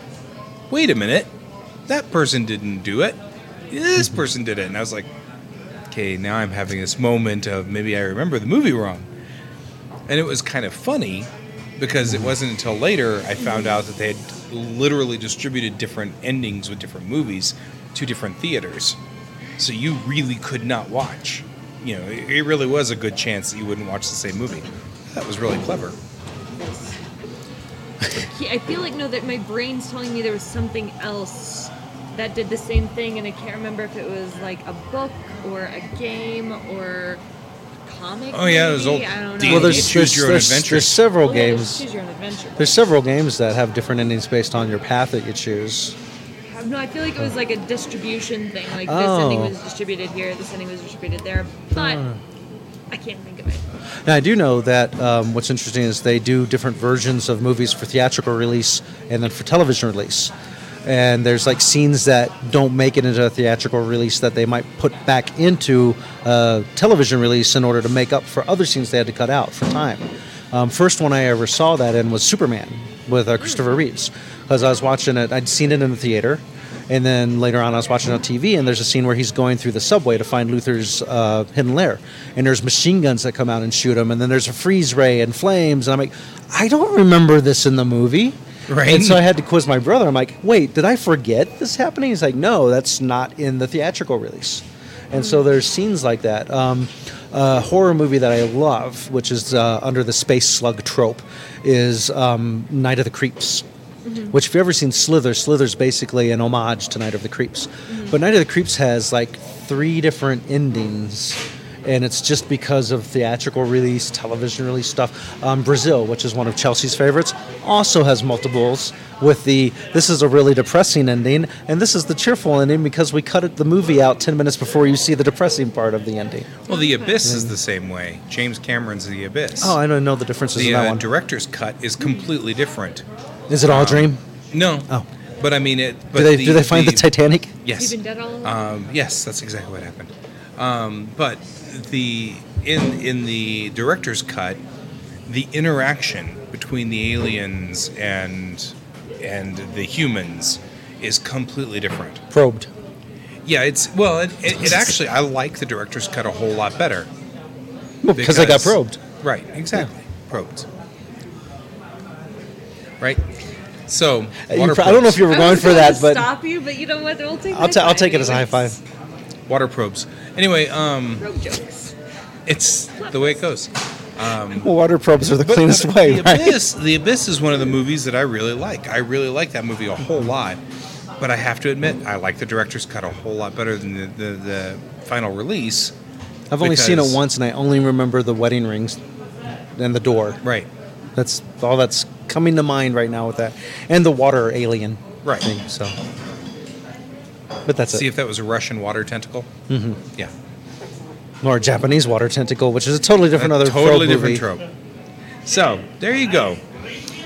wait a minute, that person didn't do it. This person did it, and I was like, okay, now I'm having this moment of maybe I remember the movie wrong, and it was kind of funny because it wasn't until later I found out that they had literally distributed different endings with different movies to different theaters, so you really could not watch. You know, it it really was a good chance that you wouldn't watch the same movie. That was really clever.
He- I feel like no, that my brain's telling me there was something else that did the same thing, and I can't remember if it was like a book or a game or a comic.
Oh, yeah, it was
maybe?
old
I don't know.
D&D.
Well,
you
there's
choose
there's,
your own
there's,
adventure.
there's several
Oh, yeah,
games.
Choose your own adventure.
There's several games that have different endings based on your path that you choose.
No, I feel like it was like a distribution thing. Like
Oh.
this ending was distributed here, this ending was distributed there, but I can't think of it.
Now, I do know that um, what's interesting is they do different versions of movies for theatrical release and then for television release. And there's like scenes that don't make it into a theatrical release that they might put back into a television release in order to make up for other scenes they had to cut out for time. Um, first one I ever saw that in was Superman with uh, Christopher Reeves. Because I was watching it, I'd seen it in the theater. And then later on, I was watching on TV, and there's a scene where he's going through the subway to find Luther's uh, hidden lair. And there's machine guns that come out and shoot him, and then there's a freeze ray and flames. And I'm like, I don't remember this in the movie.
Right.
And so I had to quiz my brother. I'm like, wait, did I forget this happening? He's like, no, that's not in the theatrical release. And so there's scenes like that. Um, a horror movie that I love, which is uh, under the space slug trope, is um, Night of the Creeps which if you've ever seen Slither, Slither's basically an homage to Night of the Creeps. But Night of the Creeps has like three different endings. and it's just because of theatrical release, television release stuff. Um, Brazil, which is one of Chelsea's favorites, also has multiples with the this is a really depressing ending, and this is the cheerful ending because we cut it, the movie out 10 minutes before you see the depressing part of the ending.
Well, The Abyss is the same way. James Cameron's The Abyss.
Oh, I don't know the differences
the
in that
uh,
one.
director's cut is completely different.
is it all a dream?
No.
Oh.
But I mean it. But
Do they,
the,
do they find the Titanic?
Yes.
You've been dead all along.
Um, yes, that's exactly what happened. Um, but the in in the director's cut, the interaction between the aliens and and the humans is completely different.
Probed.
Yeah, it's well, it, it, it actually I like the director's cut a whole lot better
Because they got probed.
Right, exactly, probed. Right. So
You pro- I don't know if you were
I
going
was
for
gonna
that, but
stop you, but you know what? We'll take
I'll
that
ta- I'll
back
take it as a high
anyways.
five.
water probes. Anyway, um,
Rogue jokes.
it's the way it goes.
well, water probes are the cleanest
but
way,
The
right?
Abyss, the Abyss is one of the movies that I really like. I really like that movie a whole lot. But I have to admit, I like the director's cut a whole lot better than the, the, the final release.
I've only seen
because-
it once, and I only remember the wedding rings and the door.
Right.
That's all that's coming to mind right now with that, and the water alien
Right.
thing. So, but that's
See
it.
if that was a Russian water tentacle. Mm-hmm. Yeah.
Or Japanese water tentacle, which is a totally different
A
other
totally
trope
different
movie.
trope. So there you go.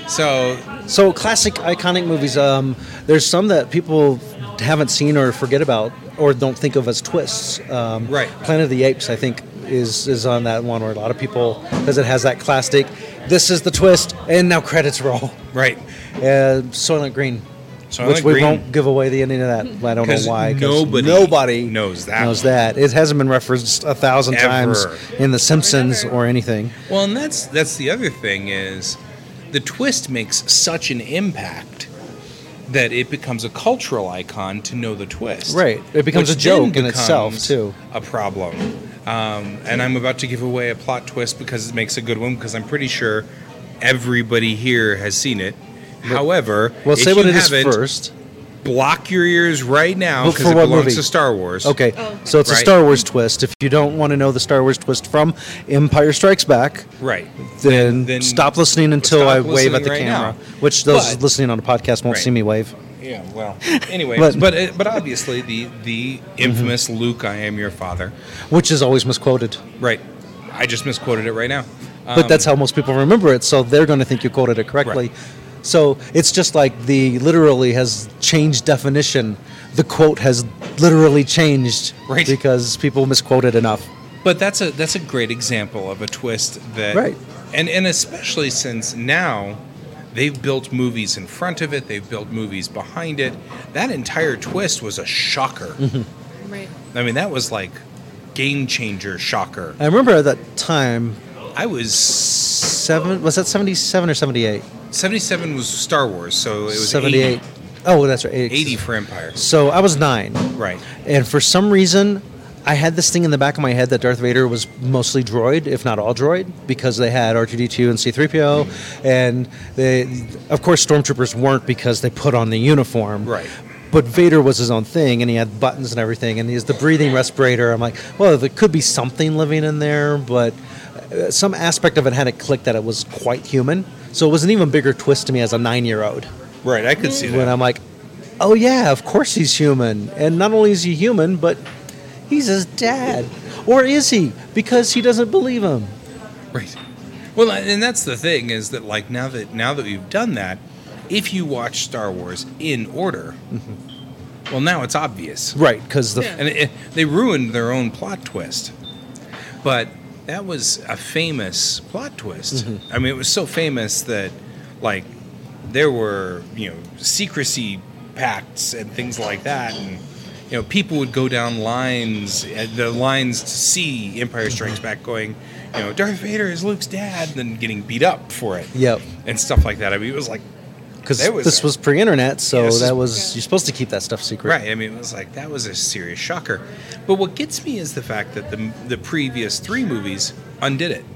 So
So classic, iconic movies. Um, there's some that people haven't seen or forget about or don't think of as twists. Um,
Right.
Planet of the Apes, I think, is is on that one where a lot of people because it has that classic. This is the twist, and now credits roll.
right,
Uh, Soylent Green.
Soylent
which we
Green.
won't give away the ending of that. I don't know
'Cause
why. 'cause
nobody
nobody
knows that
knows
one.
that. It hasn't been referenced a thousand
Ever.
times in The Simpsons
Ever.
or anything.
Well, and that's that's the other thing is the twist makes such an impact that it becomes a cultural icon to know the twist.
Right. It becomes
which
a joke
then
in itself,
becomes
too.
A problem. Um, and I'm about to give away a plot twist because it makes a good one because I'm pretty sure everybody here has seen it. However,
Well,
if
say what
you
it is
haven't,
first.
Block your ears right now
Look for
because it
what
belongs
movie?
to Star Wars.
Okay,
Oh, okay.
so it's a
Right.
Star Wars twist. If you don't want to know the Star Wars twist from Empire Strikes Back,
Right.
then,
then
stop listening until
stop
I wave at
listening
the
right
camera.
now.
Which those
But-
listening on a podcast won't
Right.
see me wave.
Yeah, well, anyway, but
But- Mm-hmm.
but, uh, but obviously the the infamous Luke, I am your father.
Which is always misquoted.
Right. I just misquoted it right now. Uh,
but that's how most people remember it, so they're going to think you quoted it correctly.
Um, Right.
So it's just like the literally has changed definition. The quote has literally changed
Right.
because people misquote it enough.
But that's a that's a great example of a twist that
Right.
and and especially since now they've built movies in front of it, they've built movies behind it. That entire twist was a shocker.
Mm-hmm.
Right.
I mean, that was like game changer shocker.
I remember at that time,
I was
seven was that seventy seven or seventy eight?
77 was Star Wars, so it was
78.
78
Oh, that's right.
80, 80 for Empire.
So I was nine.
Right.
And for some reason, I had this thing in the back of my head that Darth Vader was mostly droid, if not all droid, because they had R2D2 and C3PO. And they, of course, stormtroopers weren't because they put on the uniform.
Right.
But Vader was his own thing, and he had buttons and everything, and he has the breathing respirator. I'm like, well, there could be something living in there, but uh, some aspect of it hadn't clicked that it was quite human. So it was an even bigger twist to me as a nine year old
Right, I could see
when
that.
I'm like, oh yeah, of course he's human. And not only is he human, but he's his dad. Or is he? Because he doesn't believe him.
Right. Well, and that's the thing is that like now that now that we've done that, if you watch Star Wars in order, well now it's obvious.
Right, because the.
Yeah.
And it, they ruined their own plot twist. But that was a famous plot twist. I mean, it was so famous that like there were, you know, secrecy pacts and things like that and you know, people would go down lines, uh, the lines to see Empire Strikes Back going, you know, Darth Vader is Luke's dad, and then getting beat up for it.
Yep.
And stuff like that. I mean, it was like,
Because
There was
this
a-
was pre internet, so
Yeah, this is-
that was. You're supposed to keep that stuff secret.
Right. I mean, it was like that was a serious shocker. But what gets me is the fact that the the previous three movies undid it.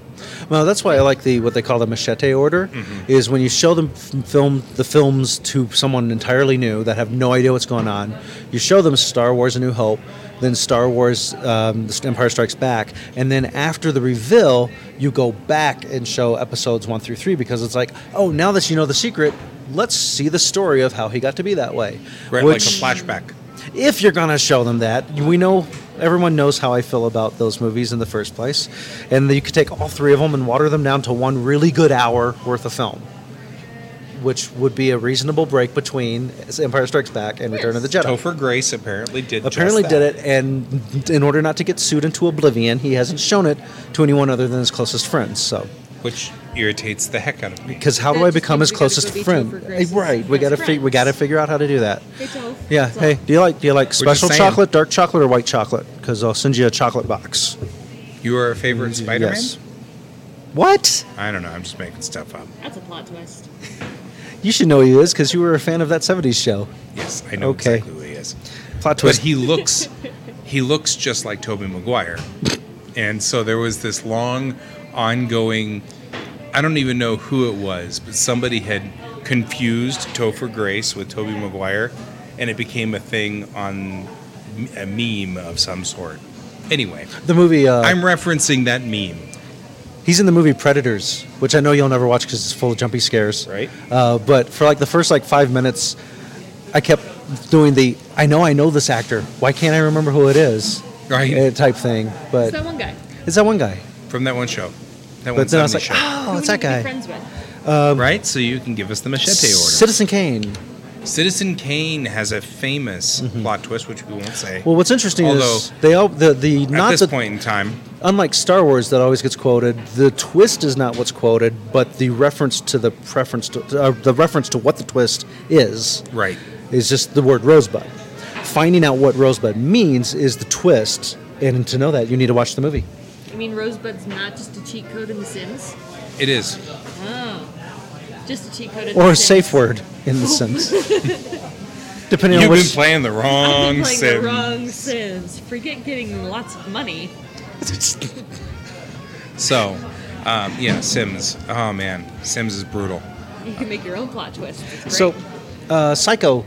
Well, that's why I like the what they call the machete order,
Mm-hmm.
is when you show them f- film the films to someone entirely new that have no idea what's going on. You show them Star Wars: A New Hope. then Star Wars, um, The Empire Strikes Back, and then after the reveal, you go back and show episodes one through three because it's like, oh, now that you know the secret, let's see the story of how he got to be that way.
Right,
Which-
like a flashback.
if you're going to show them that, we know everyone knows how I feel about those movies in the first place. And you could take all three of them and water them down to one really good hour worth of film, which would be a reasonable break between Empire Strikes Back and Return of the Jedi.
Topher Grace apparently did. just
Apparently
that.
did it, and in order not to get sued into oblivion, he hasn't shown it to anyone other than his closest friends. So,
which irritates the heck out of me.
because how do
That
I
just
become
means
his
we gotta go
closest
be
friend?
Topher Grace's
Right, we
best
gotta fi- we
friends.
gotta figure out how to do that.
Hey, Toph.
Yeah.
What's
Hey,
up?
do you like do you like special
saying.
chocolate, dark chocolate, or white chocolate? Because I'll send you a chocolate box.
You are a favorite Spider-Man.
Yes. What?
I don't know. I'm just making stuff up.
That's a plot twist.
You should know who he is because you were a fan of that '70s show.
Yes, I know
Okay.
exactly who he is.
Plot
But
twist.
he looks, he looks just like Toby Maguire, and so there was this long, ongoing. I don't even know who it was, but somebody had confused Topher Grace with Toby Maguire, and it became a thing on m- a meme of some sort. Anyway,
the movie. Uh,
I'm referencing that meme.
he's in the movie Predators, which I know you'll never watch because it's full of jumpy scares.
Right.
Uh, but for like the first like five minutes, I kept doing the "I know I know this actor. Why can't I remember who it is?"
Right.
eh, type thing.
It's
But
that one guy.
it's that one guy.
from that one show. That one
But then I was
Sunday
like, "Oh,
Who
it's
would
that
you be
guy."
friends with?
show, right? So you can give us the machete order.
Citizen Kane.
Citizen Kane has a famous plot twist, which we won't say.
Mm-hmm. Well, what's interesting
Although,
is they all the the
at
not
this
the,
point in time,
unlike Star Wars that always gets quoted, the twist is not what's quoted, but the reference to the preference to uh, the reference to what the twist is
right?
is just the word rosebud. Finding out what rosebud means is the twist, and to know that you need to watch the movie.
I mean, Rosebud's not just a cheat code in The Sims.
It is.
Just a cheat code in
Or
The
a
Sims.
safe word in the sense. Depending
You've
on
been
which
playing the
I've been
wrong
playing
sim.
the wrong Sims. Forget getting lots of money.
So, um, yeah, Sims. Oh man, Sims is brutal.
You can make your own plot twist. It's great.
So, uh, Psycho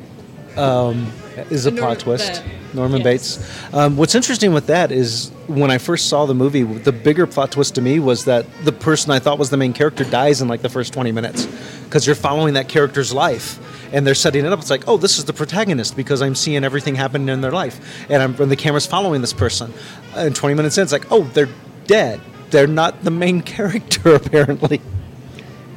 um, is a
The Norm-
plot twist.
the-
Norman
yes.
Bates. Um, what's interesting with that is when I first saw the movie, the bigger plot twist to me was that the person I thought was the main character dies in like the first 20 minutes because you're following that character's life and they're setting it up. It's like, oh, this is the protagonist because I'm seeing everything happen in their life and, I'm, and the camera's following this person. And 20 minutes in, it's like, oh, they're dead. They're not the main character, apparently.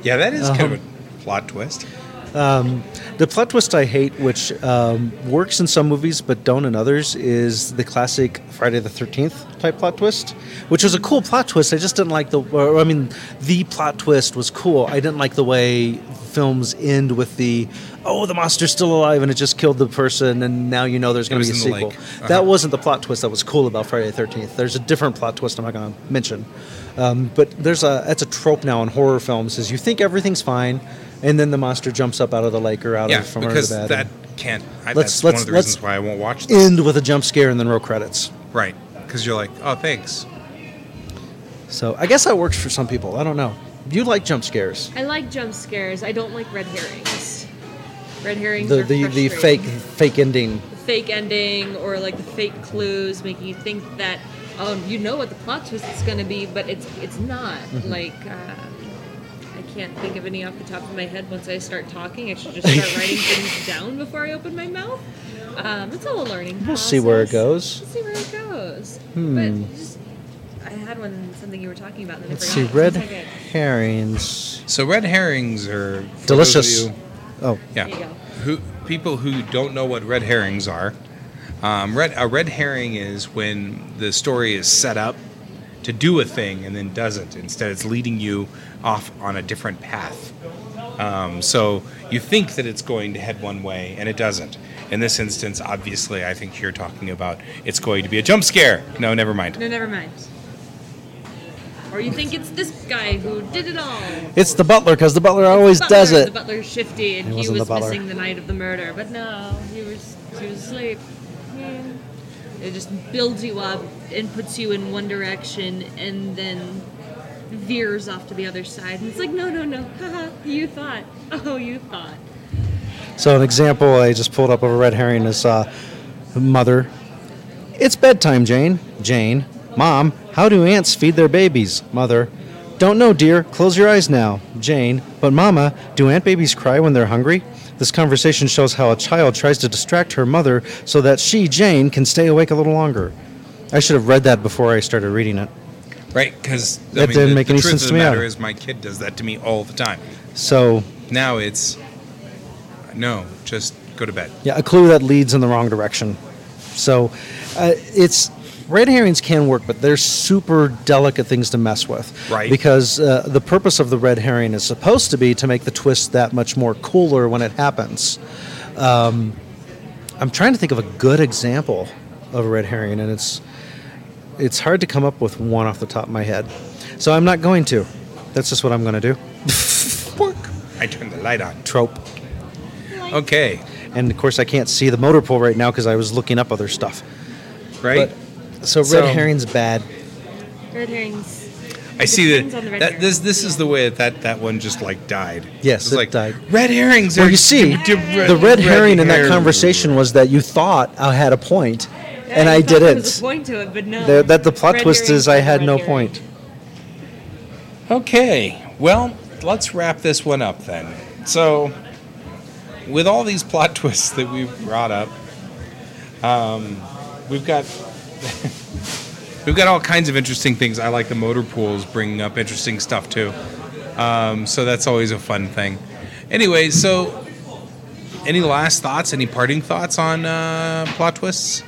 Yeah, that is
Um,
kind of a plot twist.
The plot twist I hate, which um, works in some movies but don't in others, is the classic Friday the Thirteenth type plot twist, which was a cool plot twist. I just didn't like the. Or, I mean, the plot twist was cool. I didn't like the way films end with the, oh, the monster's still alive and it just killed the person, and now you know there's going
was
to be a
in the
sequel.
lake. Uh-huh.
That wasn't the plot twist that was cool about Friday the Thirteenth. There's a different plot twist I'm not going to mention, um, but there's a that's a trope now in horror films is you think everything's fine. And then the monster jumps up out of the lake or out
Yeah,
of from under
because
the bed.
that can't. I,
Let's-
that's one
let's-
of the
let's-
reasons why I won't watch this.
end with a jump scare and then roll credits.
Right? Because you're like, oh, thanks.
So I guess that works for some people. I don't know. You like jump scares?
I like jump scares. I don't like red herrings. Red herrings
The
are
the, the fake
frustrating.
fake ending.
The fake ending or like the fake clues making you think that um, you know what the plot twist is going to be, but it's it's not.
Mm-hmm.
Like uh, I can't think of any off the top of my head. Once I start talking, I should just start writing things down before I open my mouth. Um, it's all a learning.
We'll see where it goes.
process.
Hmm.
We'll see where it goes. But just, I had one something you were talking about. and then I
Let's see,
forgot.
red
One second.
herrings.
So red herrings are for those of
Delicious.
you-
Oh,
Yeah.
There you go.
Who people who don't know what red herrings are? Um, red a red herring is when the story is set up to do a thing and then doesn't. Instead, it's leading you off on a different path. Um, so you think that it's going to head one way and it doesn't. In this instance, obviously, I think you're talking about it's going to be a jump scare. No, never mind.
No, never mind. Or you think it's this guy who did it all.
it's the butler because the butler
It's
always
the
does
butler, The
it.
butler's shifty, and
It
he
wasn't
was
the butler.
missing the night of the murder. But no, he was he was asleep. Yeah. It just builds you up and puts you in one direction, and then veers off to the other side. And it's like, no, no, no, haha, you thought, oh, you thought.
So an example I just pulled up of a red herring is uh, mother, It's bedtime, Jane. Jane. Mom, how do ants feed their babies? Mother. Don't know, dear. Close your eyes now. Jane. But, Mama, do ant babies cry when they're hungry? This conversation shows how a child tries to distract her mother so that she, Jane, can stay awake a little longer. I should have read that before I started reading it.
Right, because
That didn't make any sense
of
to
the
me
matter
either.
is, my kid does that to me all the time.
So,
Now it's no, just go to bed.
yeah, a clue that leads in the wrong direction. So, uh, it's red herrings can work, but they're super delicate things to mess with.
Right.
Because uh, the purpose of the red herring is supposed to be to make the twist that much more cooler when it happens. Um, I'm trying to think of a good example of a red herring, and it's it's hard to come up with one off the top of my head. So I'm not going to. That's just what I'm going to do.
Pork. I turn the light on.
Trope.
Okay,
And of course, I can't see the motor pool right now because I was looking up other stuff.
right.
So red
So-
herring's bad.
Red herrings.
I see
depends on the
that,
red
that
herring.
this this is
Yeah.
the way that, that that one just like died.
Yes,
It's
it
like
died.
Red herrings.
Well,
are
you see,
d- red-
the red herring in that
herring.
conversation was that you thought I had a point, and I
thought there was
didn't.
a point to it, but no.
The, that the plot
Red
twist
herrings
is I
and
had
red
no
herring.
point.
Okay, well, let's wrap this one up then. So, with all these plot twists that we've brought up, um, we've got we've got all kinds of interesting things. I like the motor pools bringing up interesting stuff too. Um, so that's always a fun thing. Anyway, so any last thoughts? Any parting thoughts on uh, plot twists?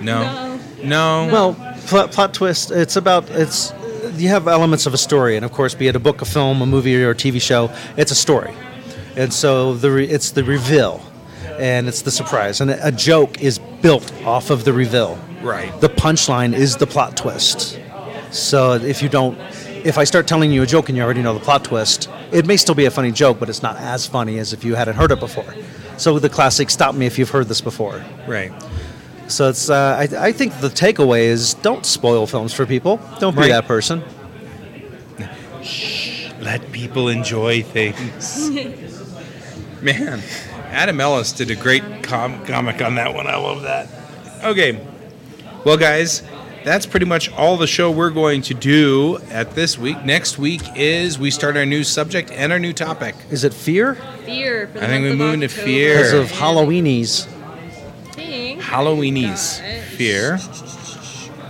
No. No.
Well, plot, plot twist. It's about it's. You have elements of a story, and of course, be it a book, a film, a movie, or a TV show, it's a story, and so the re, it's the reveal, and it's the surprise, and a joke is built off of the reveal.
Right.
The punchline is the plot twist. So if you don't, if I start telling you a joke and you already know the plot twist, it may still be a funny joke, but it's not as funny as if you hadn't heard it before. So the classic "Stop me if you've heard this before."
Right.
So it's. Uh, I, I think the takeaway is don't spoil films for people. Don't be
Right.
that person.
Let people enjoy things. Man, Adam Ellis did a great com- comic on that one. I love that. Okay. Well, guys, that's pretty much all the show we're going to do at this week. Next week is we start our new subject and our new topic.
Is it fear?
Fear. For the
I think
month
we
of
moved to
October.
fear.
Because of
And
Halloweenies.
I think
Halloweenies.
Got it.
Fear.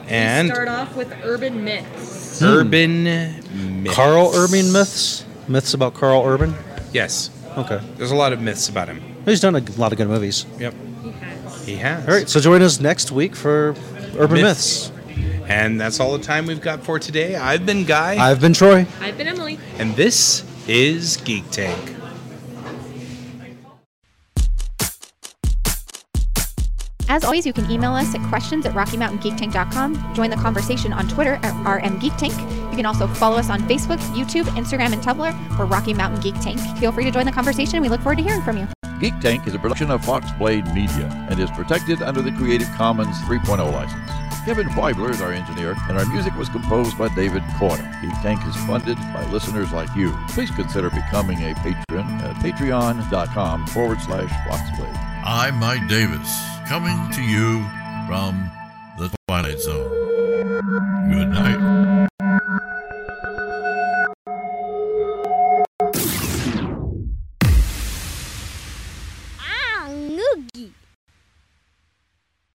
we
And
start off with urban myths.
urban myths.
Carl Urban myths? Myths about Carl Urban?
Yes.
Okay.
There's a lot of myths about him.
He's done a lot of good movies.
Yep.
Yes.
He has.
All right, so join us next week for Urban
Myths.
Myths.
And that's all the time we've got for today. I've been Guy.
I've been Troy.
I've been Emily.
and this is Geek Tank.
As always, you can email us at questions at rockymountaingeektank.com. Join the conversation on Twitter at rmgeektank. You can also follow us on Facebook, YouTube, Instagram, and Tumblr. We're Rocky Mountain Geek Tank. Feel free to join the conversation. We look forward to hearing from you.
Geek Tank is a production of Foxblade Media and is protected under the Creative Commons 3.0 license. Kevin Feibler is our engineer, and our music was composed by David Corner. Geek Tank is funded by listeners like you. Please consider becoming a patron at patreon.com forward slash Foxblade.
I'm Mike Davis, coming to you from the Twilight Zone. Good night.